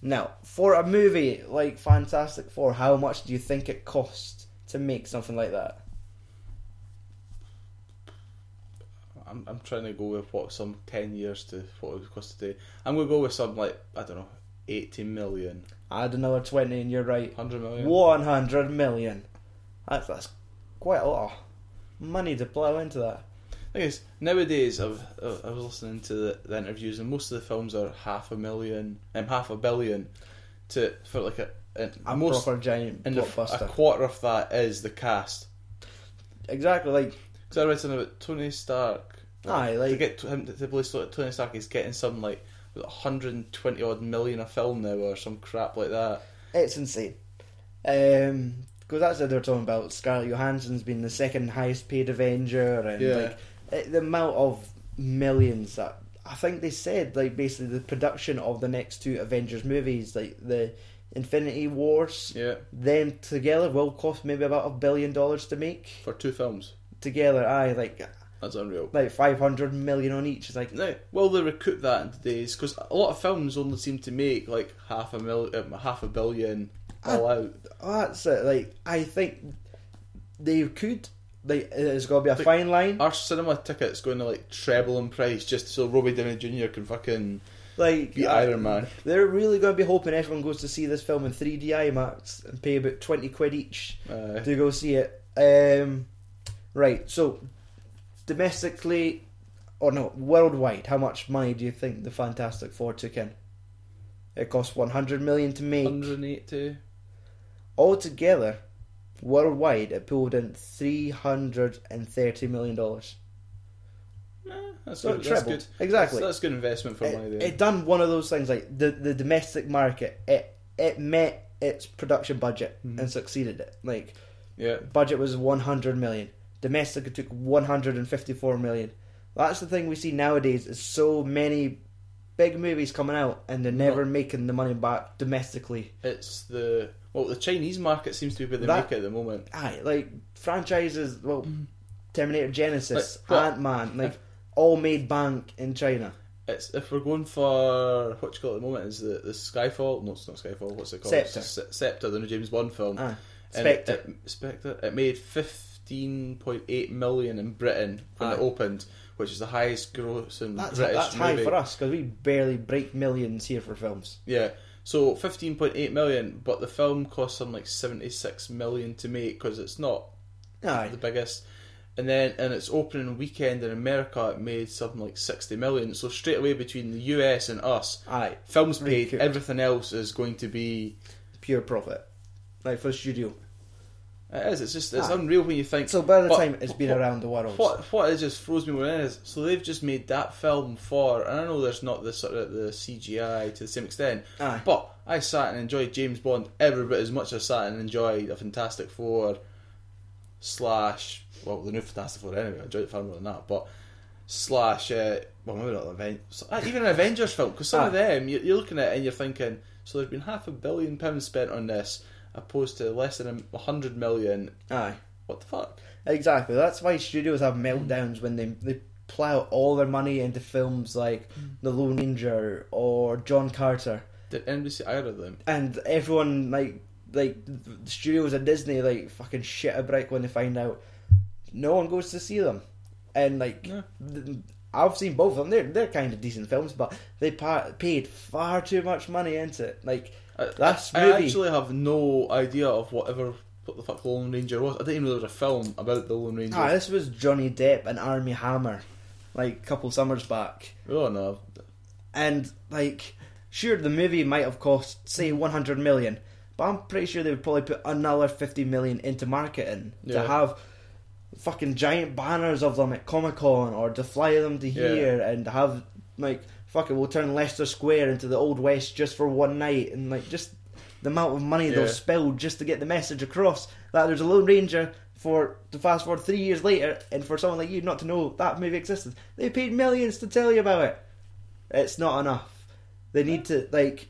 Speaker 2: Now, for a movie like Fantastic Four, how much do you think it cost to make something like that?
Speaker 3: I'm, I'm trying to go with what some ten years to what it would cost today. I'm gonna go with some like I don't know, eighty million,
Speaker 2: Add another twenty, and you're right.
Speaker 3: hundred million.
Speaker 2: One hundred million. That's that's quite a lot of money to plow into that.
Speaker 3: I guess nowadays I've, I I was listening to the, the interviews and most of the films are half a million and half a billion to for like a, and
Speaker 2: A
Speaker 3: most
Speaker 2: proper giant
Speaker 3: and the,
Speaker 2: blockbuster.
Speaker 3: a quarter of that is the cast.
Speaker 2: exactly like
Speaker 3: Because I read something about Tony Stark.
Speaker 2: Aye,
Speaker 3: to
Speaker 2: like-
Speaker 3: get to him to play Star- Tony Stark is getting some like hundred and twenty odd million a film now or some crap like that.
Speaker 2: It's insane. Um, because that's what they're talking about. Scarlett Johansson's been the second highest paid Avenger, and
Speaker 3: Yeah.
Speaker 2: like it, the amount of millions that I think they said, like basically the production of the next two Avengers movies, like the Infinity Wars,
Speaker 3: Yeah,
Speaker 2: them together will cost maybe about a billion dollars to make
Speaker 3: for two films,
Speaker 2: together. Aye, like
Speaker 3: that's unreal.
Speaker 2: like five hundred million on each. It's like
Speaker 3: Now, will they recoup that in today's? Because a lot of films only seem to make like half a mil, um, half a billion all out.
Speaker 2: oh, that's it. Like I think they could. Like it's got to be a
Speaker 3: But-
Speaker 2: fine line.
Speaker 3: Our cinema tickets going to like treble in price just so Robbie Downey Jr. can fucking
Speaker 2: Like
Speaker 3: be
Speaker 2: uh,
Speaker 3: Iron Man.
Speaker 2: They're really going to be hoping everyone goes to see this film in 3D IMAX and pay about 20 quid each
Speaker 3: Aye.
Speaker 2: to go see it. Um, right, so domestically, or no, worldwide, how much money do you think the Fantastic Four took in? It cost 100 million to make.
Speaker 3: 180.
Speaker 2: Altogether, worldwide, it pulled in 330 million dollars.
Speaker 3: Nah, that's,
Speaker 2: So
Speaker 3: good. that's
Speaker 2: trebled.
Speaker 3: good.
Speaker 2: Exactly.
Speaker 3: That's, that's good investment for money.
Speaker 2: It,
Speaker 3: There.
Speaker 2: it done one of those things like the the domestic market. It it met its production budget
Speaker 3: Mm-hmm.
Speaker 2: and succeeded it. Like
Speaker 3: yeah.
Speaker 2: budget was 100 million. Domestic it took 154 million. That's the thing we see nowadays is so many big movies coming out and they're
Speaker 3: Mm-hmm.
Speaker 2: never making the money back domestically.
Speaker 3: It's the well, the Chinese market seems to be where they
Speaker 2: That-
Speaker 3: make it at the moment.
Speaker 2: Aye, like franchises, well, Terminator Genesis,
Speaker 3: Mm-hmm. Like, what-
Speaker 2: Ant Man, like all made bank in China.
Speaker 3: It's if we're going for what you call it at the moment is the, the Skyfall. No, it's not Skyfall. What's it called?
Speaker 2: Sceptre.
Speaker 3: Se- Sceptre, the new James Bond film.
Speaker 2: Ah,
Speaker 3: And it-
Speaker 2: Spectre.
Speaker 3: It, Spectre. It made fifteen point eight million in Britain when
Speaker 2: Aye.
Speaker 3: it opened, which is the highest grossing
Speaker 2: That's,
Speaker 3: British
Speaker 2: that's high
Speaker 3: movie.
Speaker 2: for us because we barely break millions here for films.
Speaker 3: Yeah. So fifteen point eight million, but the film cost them like seventy six million to make because it's not
Speaker 2: Aye.
Speaker 3: the biggest. And then in its opening weekend in America, it made something like 60 million. So straight away between the US and us,
Speaker 2: Aye.
Speaker 3: films paid,
Speaker 2: Recouped.
Speaker 3: everything else is going to be.
Speaker 2: Pure profit. Like for studio.
Speaker 3: It is. It's just it's
Speaker 2: Aye.
Speaker 3: unreal when you think.
Speaker 2: So by the
Speaker 3: but-
Speaker 2: time it's been
Speaker 3: but-
Speaker 2: around the world.
Speaker 3: What what it just throws me when it is. So they've just made that film for, and I know there's not the sort of the CGI to the same extent,
Speaker 2: Aye.
Speaker 3: but I sat and enjoyed James Bond every bit as much as I sat and enjoyed a Fantastic Four slash well the new Fantastic Four anyway. I enjoyed it far more than that, but slash uh, well maybe not Avengers, even an Avengers film because some of
Speaker 2: Aye.
Speaker 3: them you're, you're looking at it and you're thinking so there's been half a billion pounds spent on this opposed to less than a hundred million.
Speaker 2: Aye.
Speaker 3: What the fuck?
Speaker 2: Exactly. That's why studios have meltdowns when they they plow all their money into films like The Lone Ranger or John Carter.
Speaker 3: Did anybody see either of them?
Speaker 2: And everyone like like the studios at Disney like fucking shit a brick when they find out no one goes to see them. And like
Speaker 3: Yeah.
Speaker 2: th- I've seen both of them. They're they're kind of decent films, but they pa- paid far too much money into it. Like
Speaker 3: I-
Speaker 2: that's
Speaker 3: I
Speaker 2: movie.
Speaker 3: actually have no idea of whatever what the fuck Lone Ranger was. I didn't even know there was a film about the Lone Ranger.
Speaker 2: Ah, this was Johnny Depp and Army Hammer, like a couple summers back,
Speaker 3: oh no,
Speaker 2: and like, sure the movie might have cost say 100 million, but I'm pretty sure they would probably put another 50 million into marketing
Speaker 3: Yeah.
Speaker 2: to have fucking giant banners of them at Comic Con or to fly them to
Speaker 3: Yeah.
Speaker 2: here and have like fucking we'll turn Leicester Square into the Old West just for one night and like just the amount of money
Speaker 3: Yeah.
Speaker 2: they'll spend just to get the message across that there's a Lone Ranger for to fast forward three years later and for someone like you not to know that movie existed. They paid millions to tell you about it. It's not enough. They need to like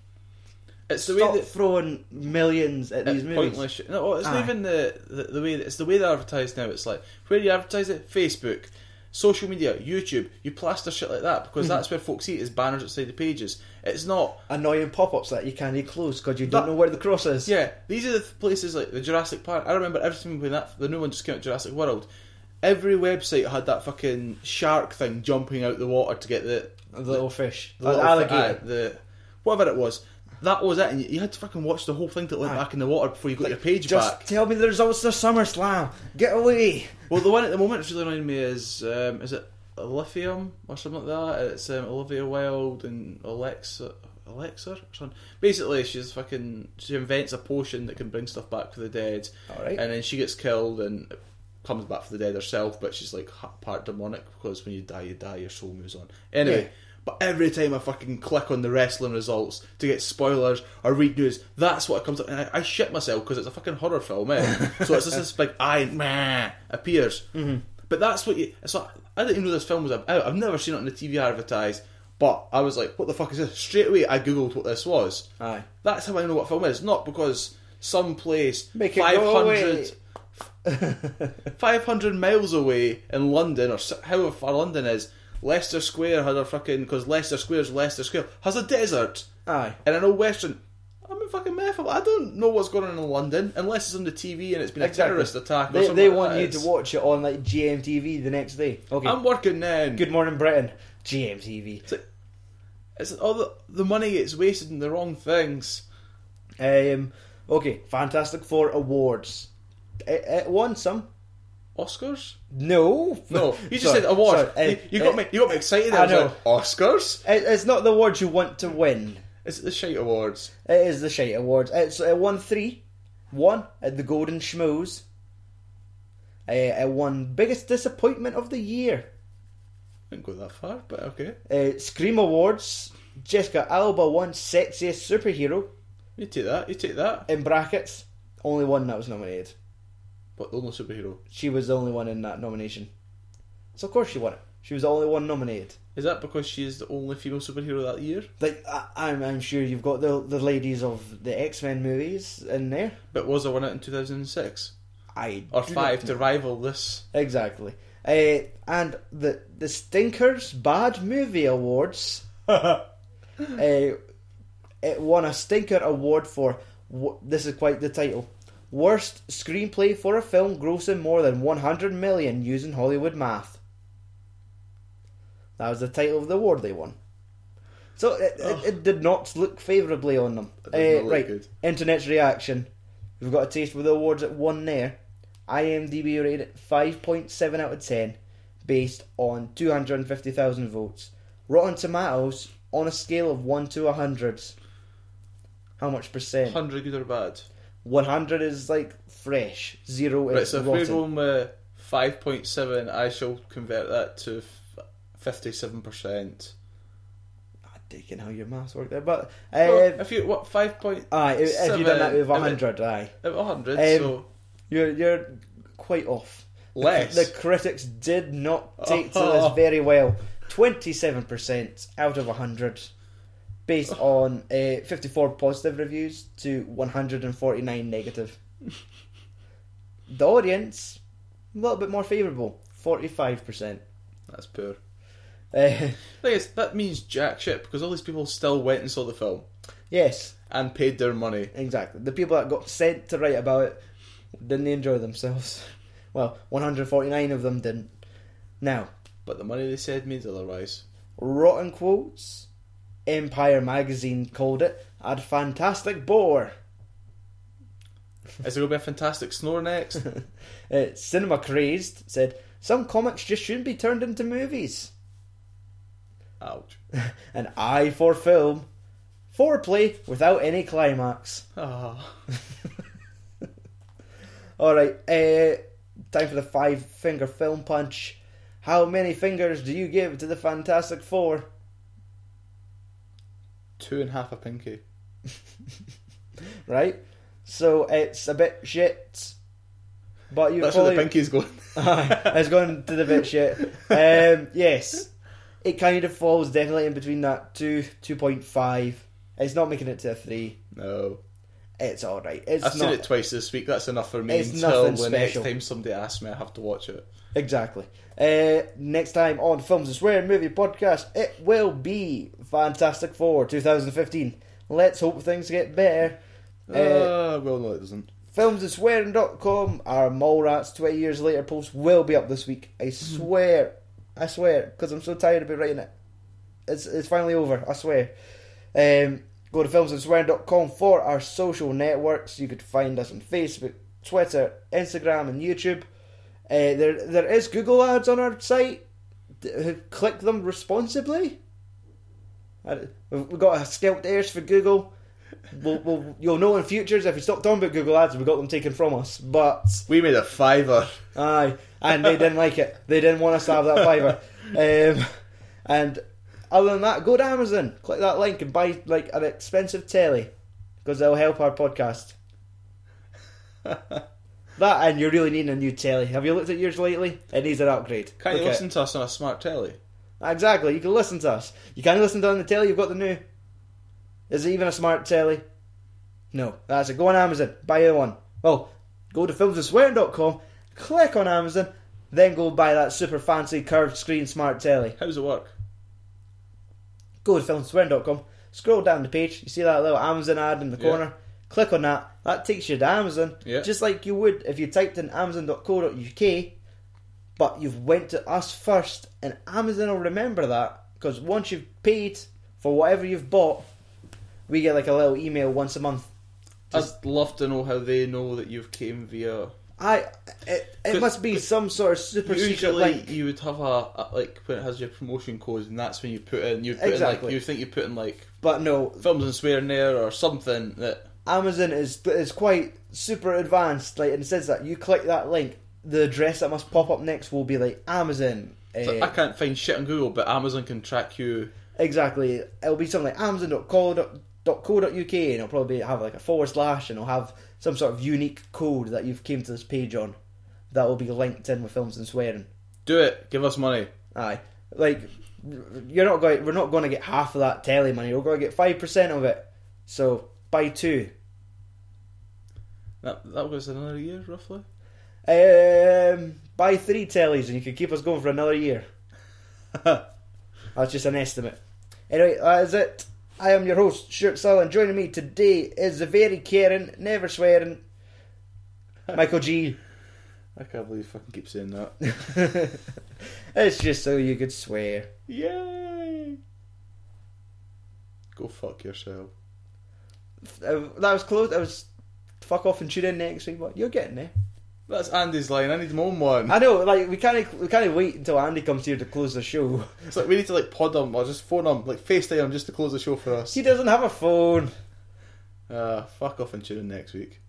Speaker 3: It's the
Speaker 2: stop
Speaker 3: way that
Speaker 2: throwing millions at
Speaker 3: at
Speaker 2: these movies.
Speaker 3: pointless shit. No, well, it's
Speaker 2: Aye.
Speaker 3: not even the, the the way that it's the way they advertise now. It's like where you advertise it, Facebook, social media, YouTube. You plaster shit like that
Speaker 2: Hmm.
Speaker 3: because that's where folks see it is banners outside the pages. It's not.
Speaker 2: Annoying pop-ups that you can't even close because you don't
Speaker 3: That-
Speaker 2: know where the cross is.
Speaker 3: Yeah, these are the th- places like the Jurassic Park. I remember every time when that the new one just came out, Jurassic World. Every website had that fucking shark thing jumping out the water to get the
Speaker 2: the little fish, the
Speaker 3: Or
Speaker 2: little
Speaker 3: the-
Speaker 2: alligator.
Speaker 3: aye, the whatever it was. That was it, and you- you had to fucking watch the whole thing to went
Speaker 2: Aye.
Speaker 3: back in the water before you got your page
Speaker 2: Just
Speaker 3: back.
Speaker 2: tell me the results of SummerSlam. Get away.
Speaker 3: Well, the one at the moment that's really annoying me is um, is it Lithium or something like that? It's um, Olivia Wilde and Alexa. Alexa, or something. basically, she's fucking. She invents a potion that can bring stuff back for the dead,
Speaker 2: Alright.
Speaker 3: and then she gets killed and comes back for the dead herself. But she's like ha- part demonic because when you die, you die. Your soul moves on. Anyway,
Speaker 2: Yeah.
Speaker 3: but every time I fucking click on the wrestling results to get spoilers or read news, that's what comes up, and I, I shit myself because it's a fucking horror film, eh? so it's just this big eye meh, appears. Mm-hmm. But that's what you. So I didn't even know this film was about. I've never seen it on the TV advertised. But I was like, "What the fuck is this?" Straight away, I googled what this was.
Speaker 2: Aye.
Speaker 3: that's how I know what film it is. Not because some place
Speaker 2: Make it
Speaker 3: five
Speaker 2: go away.
Speaker 3: hundred 500 miles away in London, or s- however far London is, Leicester Square had a fucking. Because Leicester Square's Leicester Square, has a desert.
Speaker 2: Aye.
Speaker 3: And I know Western. I'm a fucking meth. I don't know what's going on in London unless it's on the TV and it's been
Speaker 2: Exactly.
Speaker 3: a terrorist attack or
Speaker 2: They,
Speaker 3: something.
Speaker 2: they
Speaker 3: like
Speaker 2: want
Speaker 3: that.
Speaker 2: you to
Speaker 3: It's-
Speaker 2: watch it on like GMTV the next day. Okay.
Speaker 3: I'm working then.
Speaker 2: Good morning, Britain. GMTV.
Speaker 3: It's all the, the money gets wasted in the wrong things.
Speaker 2: Um. Okay. Fantastic Four awards. It, it won some.
Speaker 3: Oscars?
Speaker 2: No.
Speaker 3: No, you just
Speaker 2: Sorry,
Speaker 3: said awards.
Speaker 2: sorry,
Speaker 3: you,
Speaker 2: uh,
Speaker 3: you got
Speaker 2: uh,
Speaker 3: me. You got me excited. There.
Speaker 2: I
Speaker 3: I, was
Speaker 2: know.
Speaker 3: like, Oscars?
Speaker 2: It, it's not the awards you want to win.
Speaker 3: Is it the shite awards?
Speaker 2: It is the Shite Awards. It's it won three. One at the Golden Schmoes. Uh, it won biggest disappointment of the year.
Speaker 3: Didn't go that far, but okay.
Speaker 2: Uh, Scream Awards. Jessica Alba won sexiest superhero
Speaker 3: You take that. You take that.
Speaker 2: in brackets. Only one that was nominated.
Speaker 3: But the only superhero.
Speaker 2: She was the only one in that nomination. So of course she won it. She was the only one nominated.
Speaker 3: Is that because she is the only female superhero that year?
Speaker 2: Like I, I'm, I'm sure you've got the the ladies of the X Men movies in there.
Speaker 3: But was there one out in 2006?
Speaker 2: I
Speaker 3: Or
Speaker 2: do not
Speaker 3: five
Speaker 2: know.
Speaker 3: to rival this?
Speaker 2: Exactly. Uh, and the the Stinkers Bad Movie Awards. uh, it won a Stinker Award for wh- this is quite the title. Worst screenplay for a film grossing more than 100 million using Hollywood math. That was the title of the award they won. So it, it, it did not look favourably on them.
Speaker 3: That does
Speaker 2: Eh,
Speaker 3: not look
Speaker 2: right,
Speaker 3: good.
Speaker 2: internet's reaction. We've got a taste with the awards at one there. IMDb rated it 5.7 out of 10, based on 250,000 votes. Rotten Tomatoes on a scale of 1 to 100. How much percent?
Speaker 3: 100 good or bad?
Speaker 2: 100 is like fresh, 0
Speaker 3: Right,
Speaker 2: is
Speaker 3: so if we're
Speaker 2: rotten.
Speaker 3: going with 5.7, I shall convert that to f- 57%.
Speaker 2: I'm taking how your maths work there, but.
Speaker 3: Well,
Speaker 2: Uh,
Speaker 3: if you, what, 5 point...
Speaker 2: aye, if, if you'd done that with
Speaker 3: seven,
Speaker 2: 100, aye.
Speaker 3: if it- if 100,
Speaker 2: Um,
Speaker 3: so...
Speaker 2: You're, you're quite off. The-
Speaker 3: Less.
Speaker 2: The, critics did not take to
Speaker 3: Oh.
Speaker 2: this very well. 27% out of 100, based on uh, 54 positive reviews to 149 negative. the audience, a little bit more favourable, 45%.
Speaker 3: That's poor.
Speaker 2: Uh,
Speaker 3: Thing is, that means jack shit, because all these people still went and saw the film
Speaker 2: yes,
Speaker 3: and paid their money.
Speaker 2: exactly. The people that got sent to write about it didn't enjoy themselves. Well, 149 of them didn't. Now,
Speaker 3: But the money they said means otherwise.
Speaker 2: Rotten quotes. Empire magazine called it a fantastic bore.
Speaker 3: Is there going to be a fantastic snore next?
Speaker 2: Uh, Cinema crazed said some comics just shouldn't be turned into movies.
Speaker 3: Ouch.
Speaker 2: An eye for film, foreplay without any climax.
Speaker 3: Ah.
Speaker 2: All right, uh, time for the five finger film punch. How many fingers do you give to the Fantastic Four?
Speaker 3: Two and a half a pinky.
Speaker 2: Right, so it's a bit shit, but you
Speaker 3: That's where
Speaker 2: probably
Speaker 3: the pinky's going.
Speaker 2: Aye, it's going to the bit shit. Um, yes. it kind of falls definitely in between that two two point five. It's not making it to a three.
Speaker 3: No.
Speaker 2: It's all right. It's
Speaker 3: I've
Speaker 2: not
Speaker 3: seen it twice this week. That's enough for me
Speaker 2: It's
Speaker 3: until
Speaker 2: nothing
Speaker 3: the next
Speaker 2: special.
Speaker 3: time somebody asks me, I have to watch it.
Speaker 2: exactly. Uh, next time on Films and Swear Movie Podcast, it will be Fantastic Four 2015. Let's hope things get better.
Speaker 3: Uh,
Speaker 2: Uh,
Speaker 3: well, no, it doesn't.
Speaker 2: filmsandswearing.com our Mallrats 20 years later post will be up this week I swear I swear because I'm so tired of it writing it it's, it's finally over I swear um, go to filmsandswearing.com for our social networks you could find us on Facebook Twitter Instagram and YouTube uh, there there is Google ads on our site D- click them responsibly I- we've we've got a scalped ears for Google we'll, we'll, you'll know in futures if we stop talking about Google Ads, we got them taken from us. But
Speaker 3: We made a fiver.
Speaker 2: aye, and they didn't like it. They didn't want us to have that fiver. Um, and other than that, go to Amazon, click that link, and buy like an expensive telly because that'll help our podcast. that and you really need a new telly. Have you looked at yours lately? It needs an upgrade.
Speaker 3: Can't you
Speaker 2: Look at
Speaker 3: listen to us on a smart telly?
Speaker 2: it. Exactly. You can listen to us. You can listen to it on the telly. You've got the new. Is it even a smart telly? No, that's it. Go on Amazon, buy you one. Well, go to filmsandswearing.com, click on Amazon, then go buy that super fancy curved screen smart telly.
Speaker 3: How's it work?
Speaker 2: Go to filmsandswearing.com, scroll down the page, you see that little Amazon ad in the
Speaker 3: Yeah.
Speaker 2: corner, click on that, that takes you to Amazon,
Speaker 3: Yeah.
Speaker 2: just like you would if you typed in amazon.co.uk, but you've went to us first, and Amazon will remember that, because once you've paid for whatever you've bought, we get like a little email once a month
Speaker 3: I'd love to know how they know that you've came via.
Speaker 2: I it, it
Speaker 3: Could-
Speaker 2: must be some sort of super secret
Speaker 3: Usually,
Speaker 2: link.
Speaker 3: you would have a, a- like when it has your promotion code, and that's when you put in. You put in
Speaker 2: Exactly.
Speaker 3: like you think you put in like
Speaker 2: But no,
Speaker 3: films and swearing there or something that
Speaker 2: Amazon is is quite super advanced. Like and says that you click that link, the address that must pop up next will be like Amazon.
Speaker 3: like,
Speaker 2: uh,
Speaker 3: I can't find shit on Google, but Amazon can track you.
Speaker 2: Exactly. It'll be something like amazon.co.co.uk and it'll probably have like a forward slash and it'll have some sort of unique code that you've came to this page on that will be linked in with films and swearing.
Speaker 3: Do it. Give us money.
Speaker 2: Aye, like you're not going. We're not going to get half of that telly money. We're going to get five percent of it. So buy two.
Speaker 3: That that was another year roughly.
Speaker 2: Um, buy three tellies, and you can keep us going for another year. That's just an estimate. Anyway, that is it. I am your host, Stuart Sullivan. Joining me today is the very caring, never swearing Michael G.
Speaker 3: I can't believe you fucking keep saying that.
Speaker 2: it's just so you could swear.
Speaker 3: Yay! Go fuck yourself.
Speaker 2: Uh, That was close. That was fuck off and tune in next week. But you're getting there.
Speaker 3: That's Andy's line. I need my own one.
Speaker 2: I know, like we can't we can't wait until Andy comes here to close the show.
Speaker 3: It's like we need to like pod him or just phone him, like FaceTime him just to close the show for us.
Speaker 2: He doesn't have a phone.
Speaker 3: Uh, fuck off and tune in next week.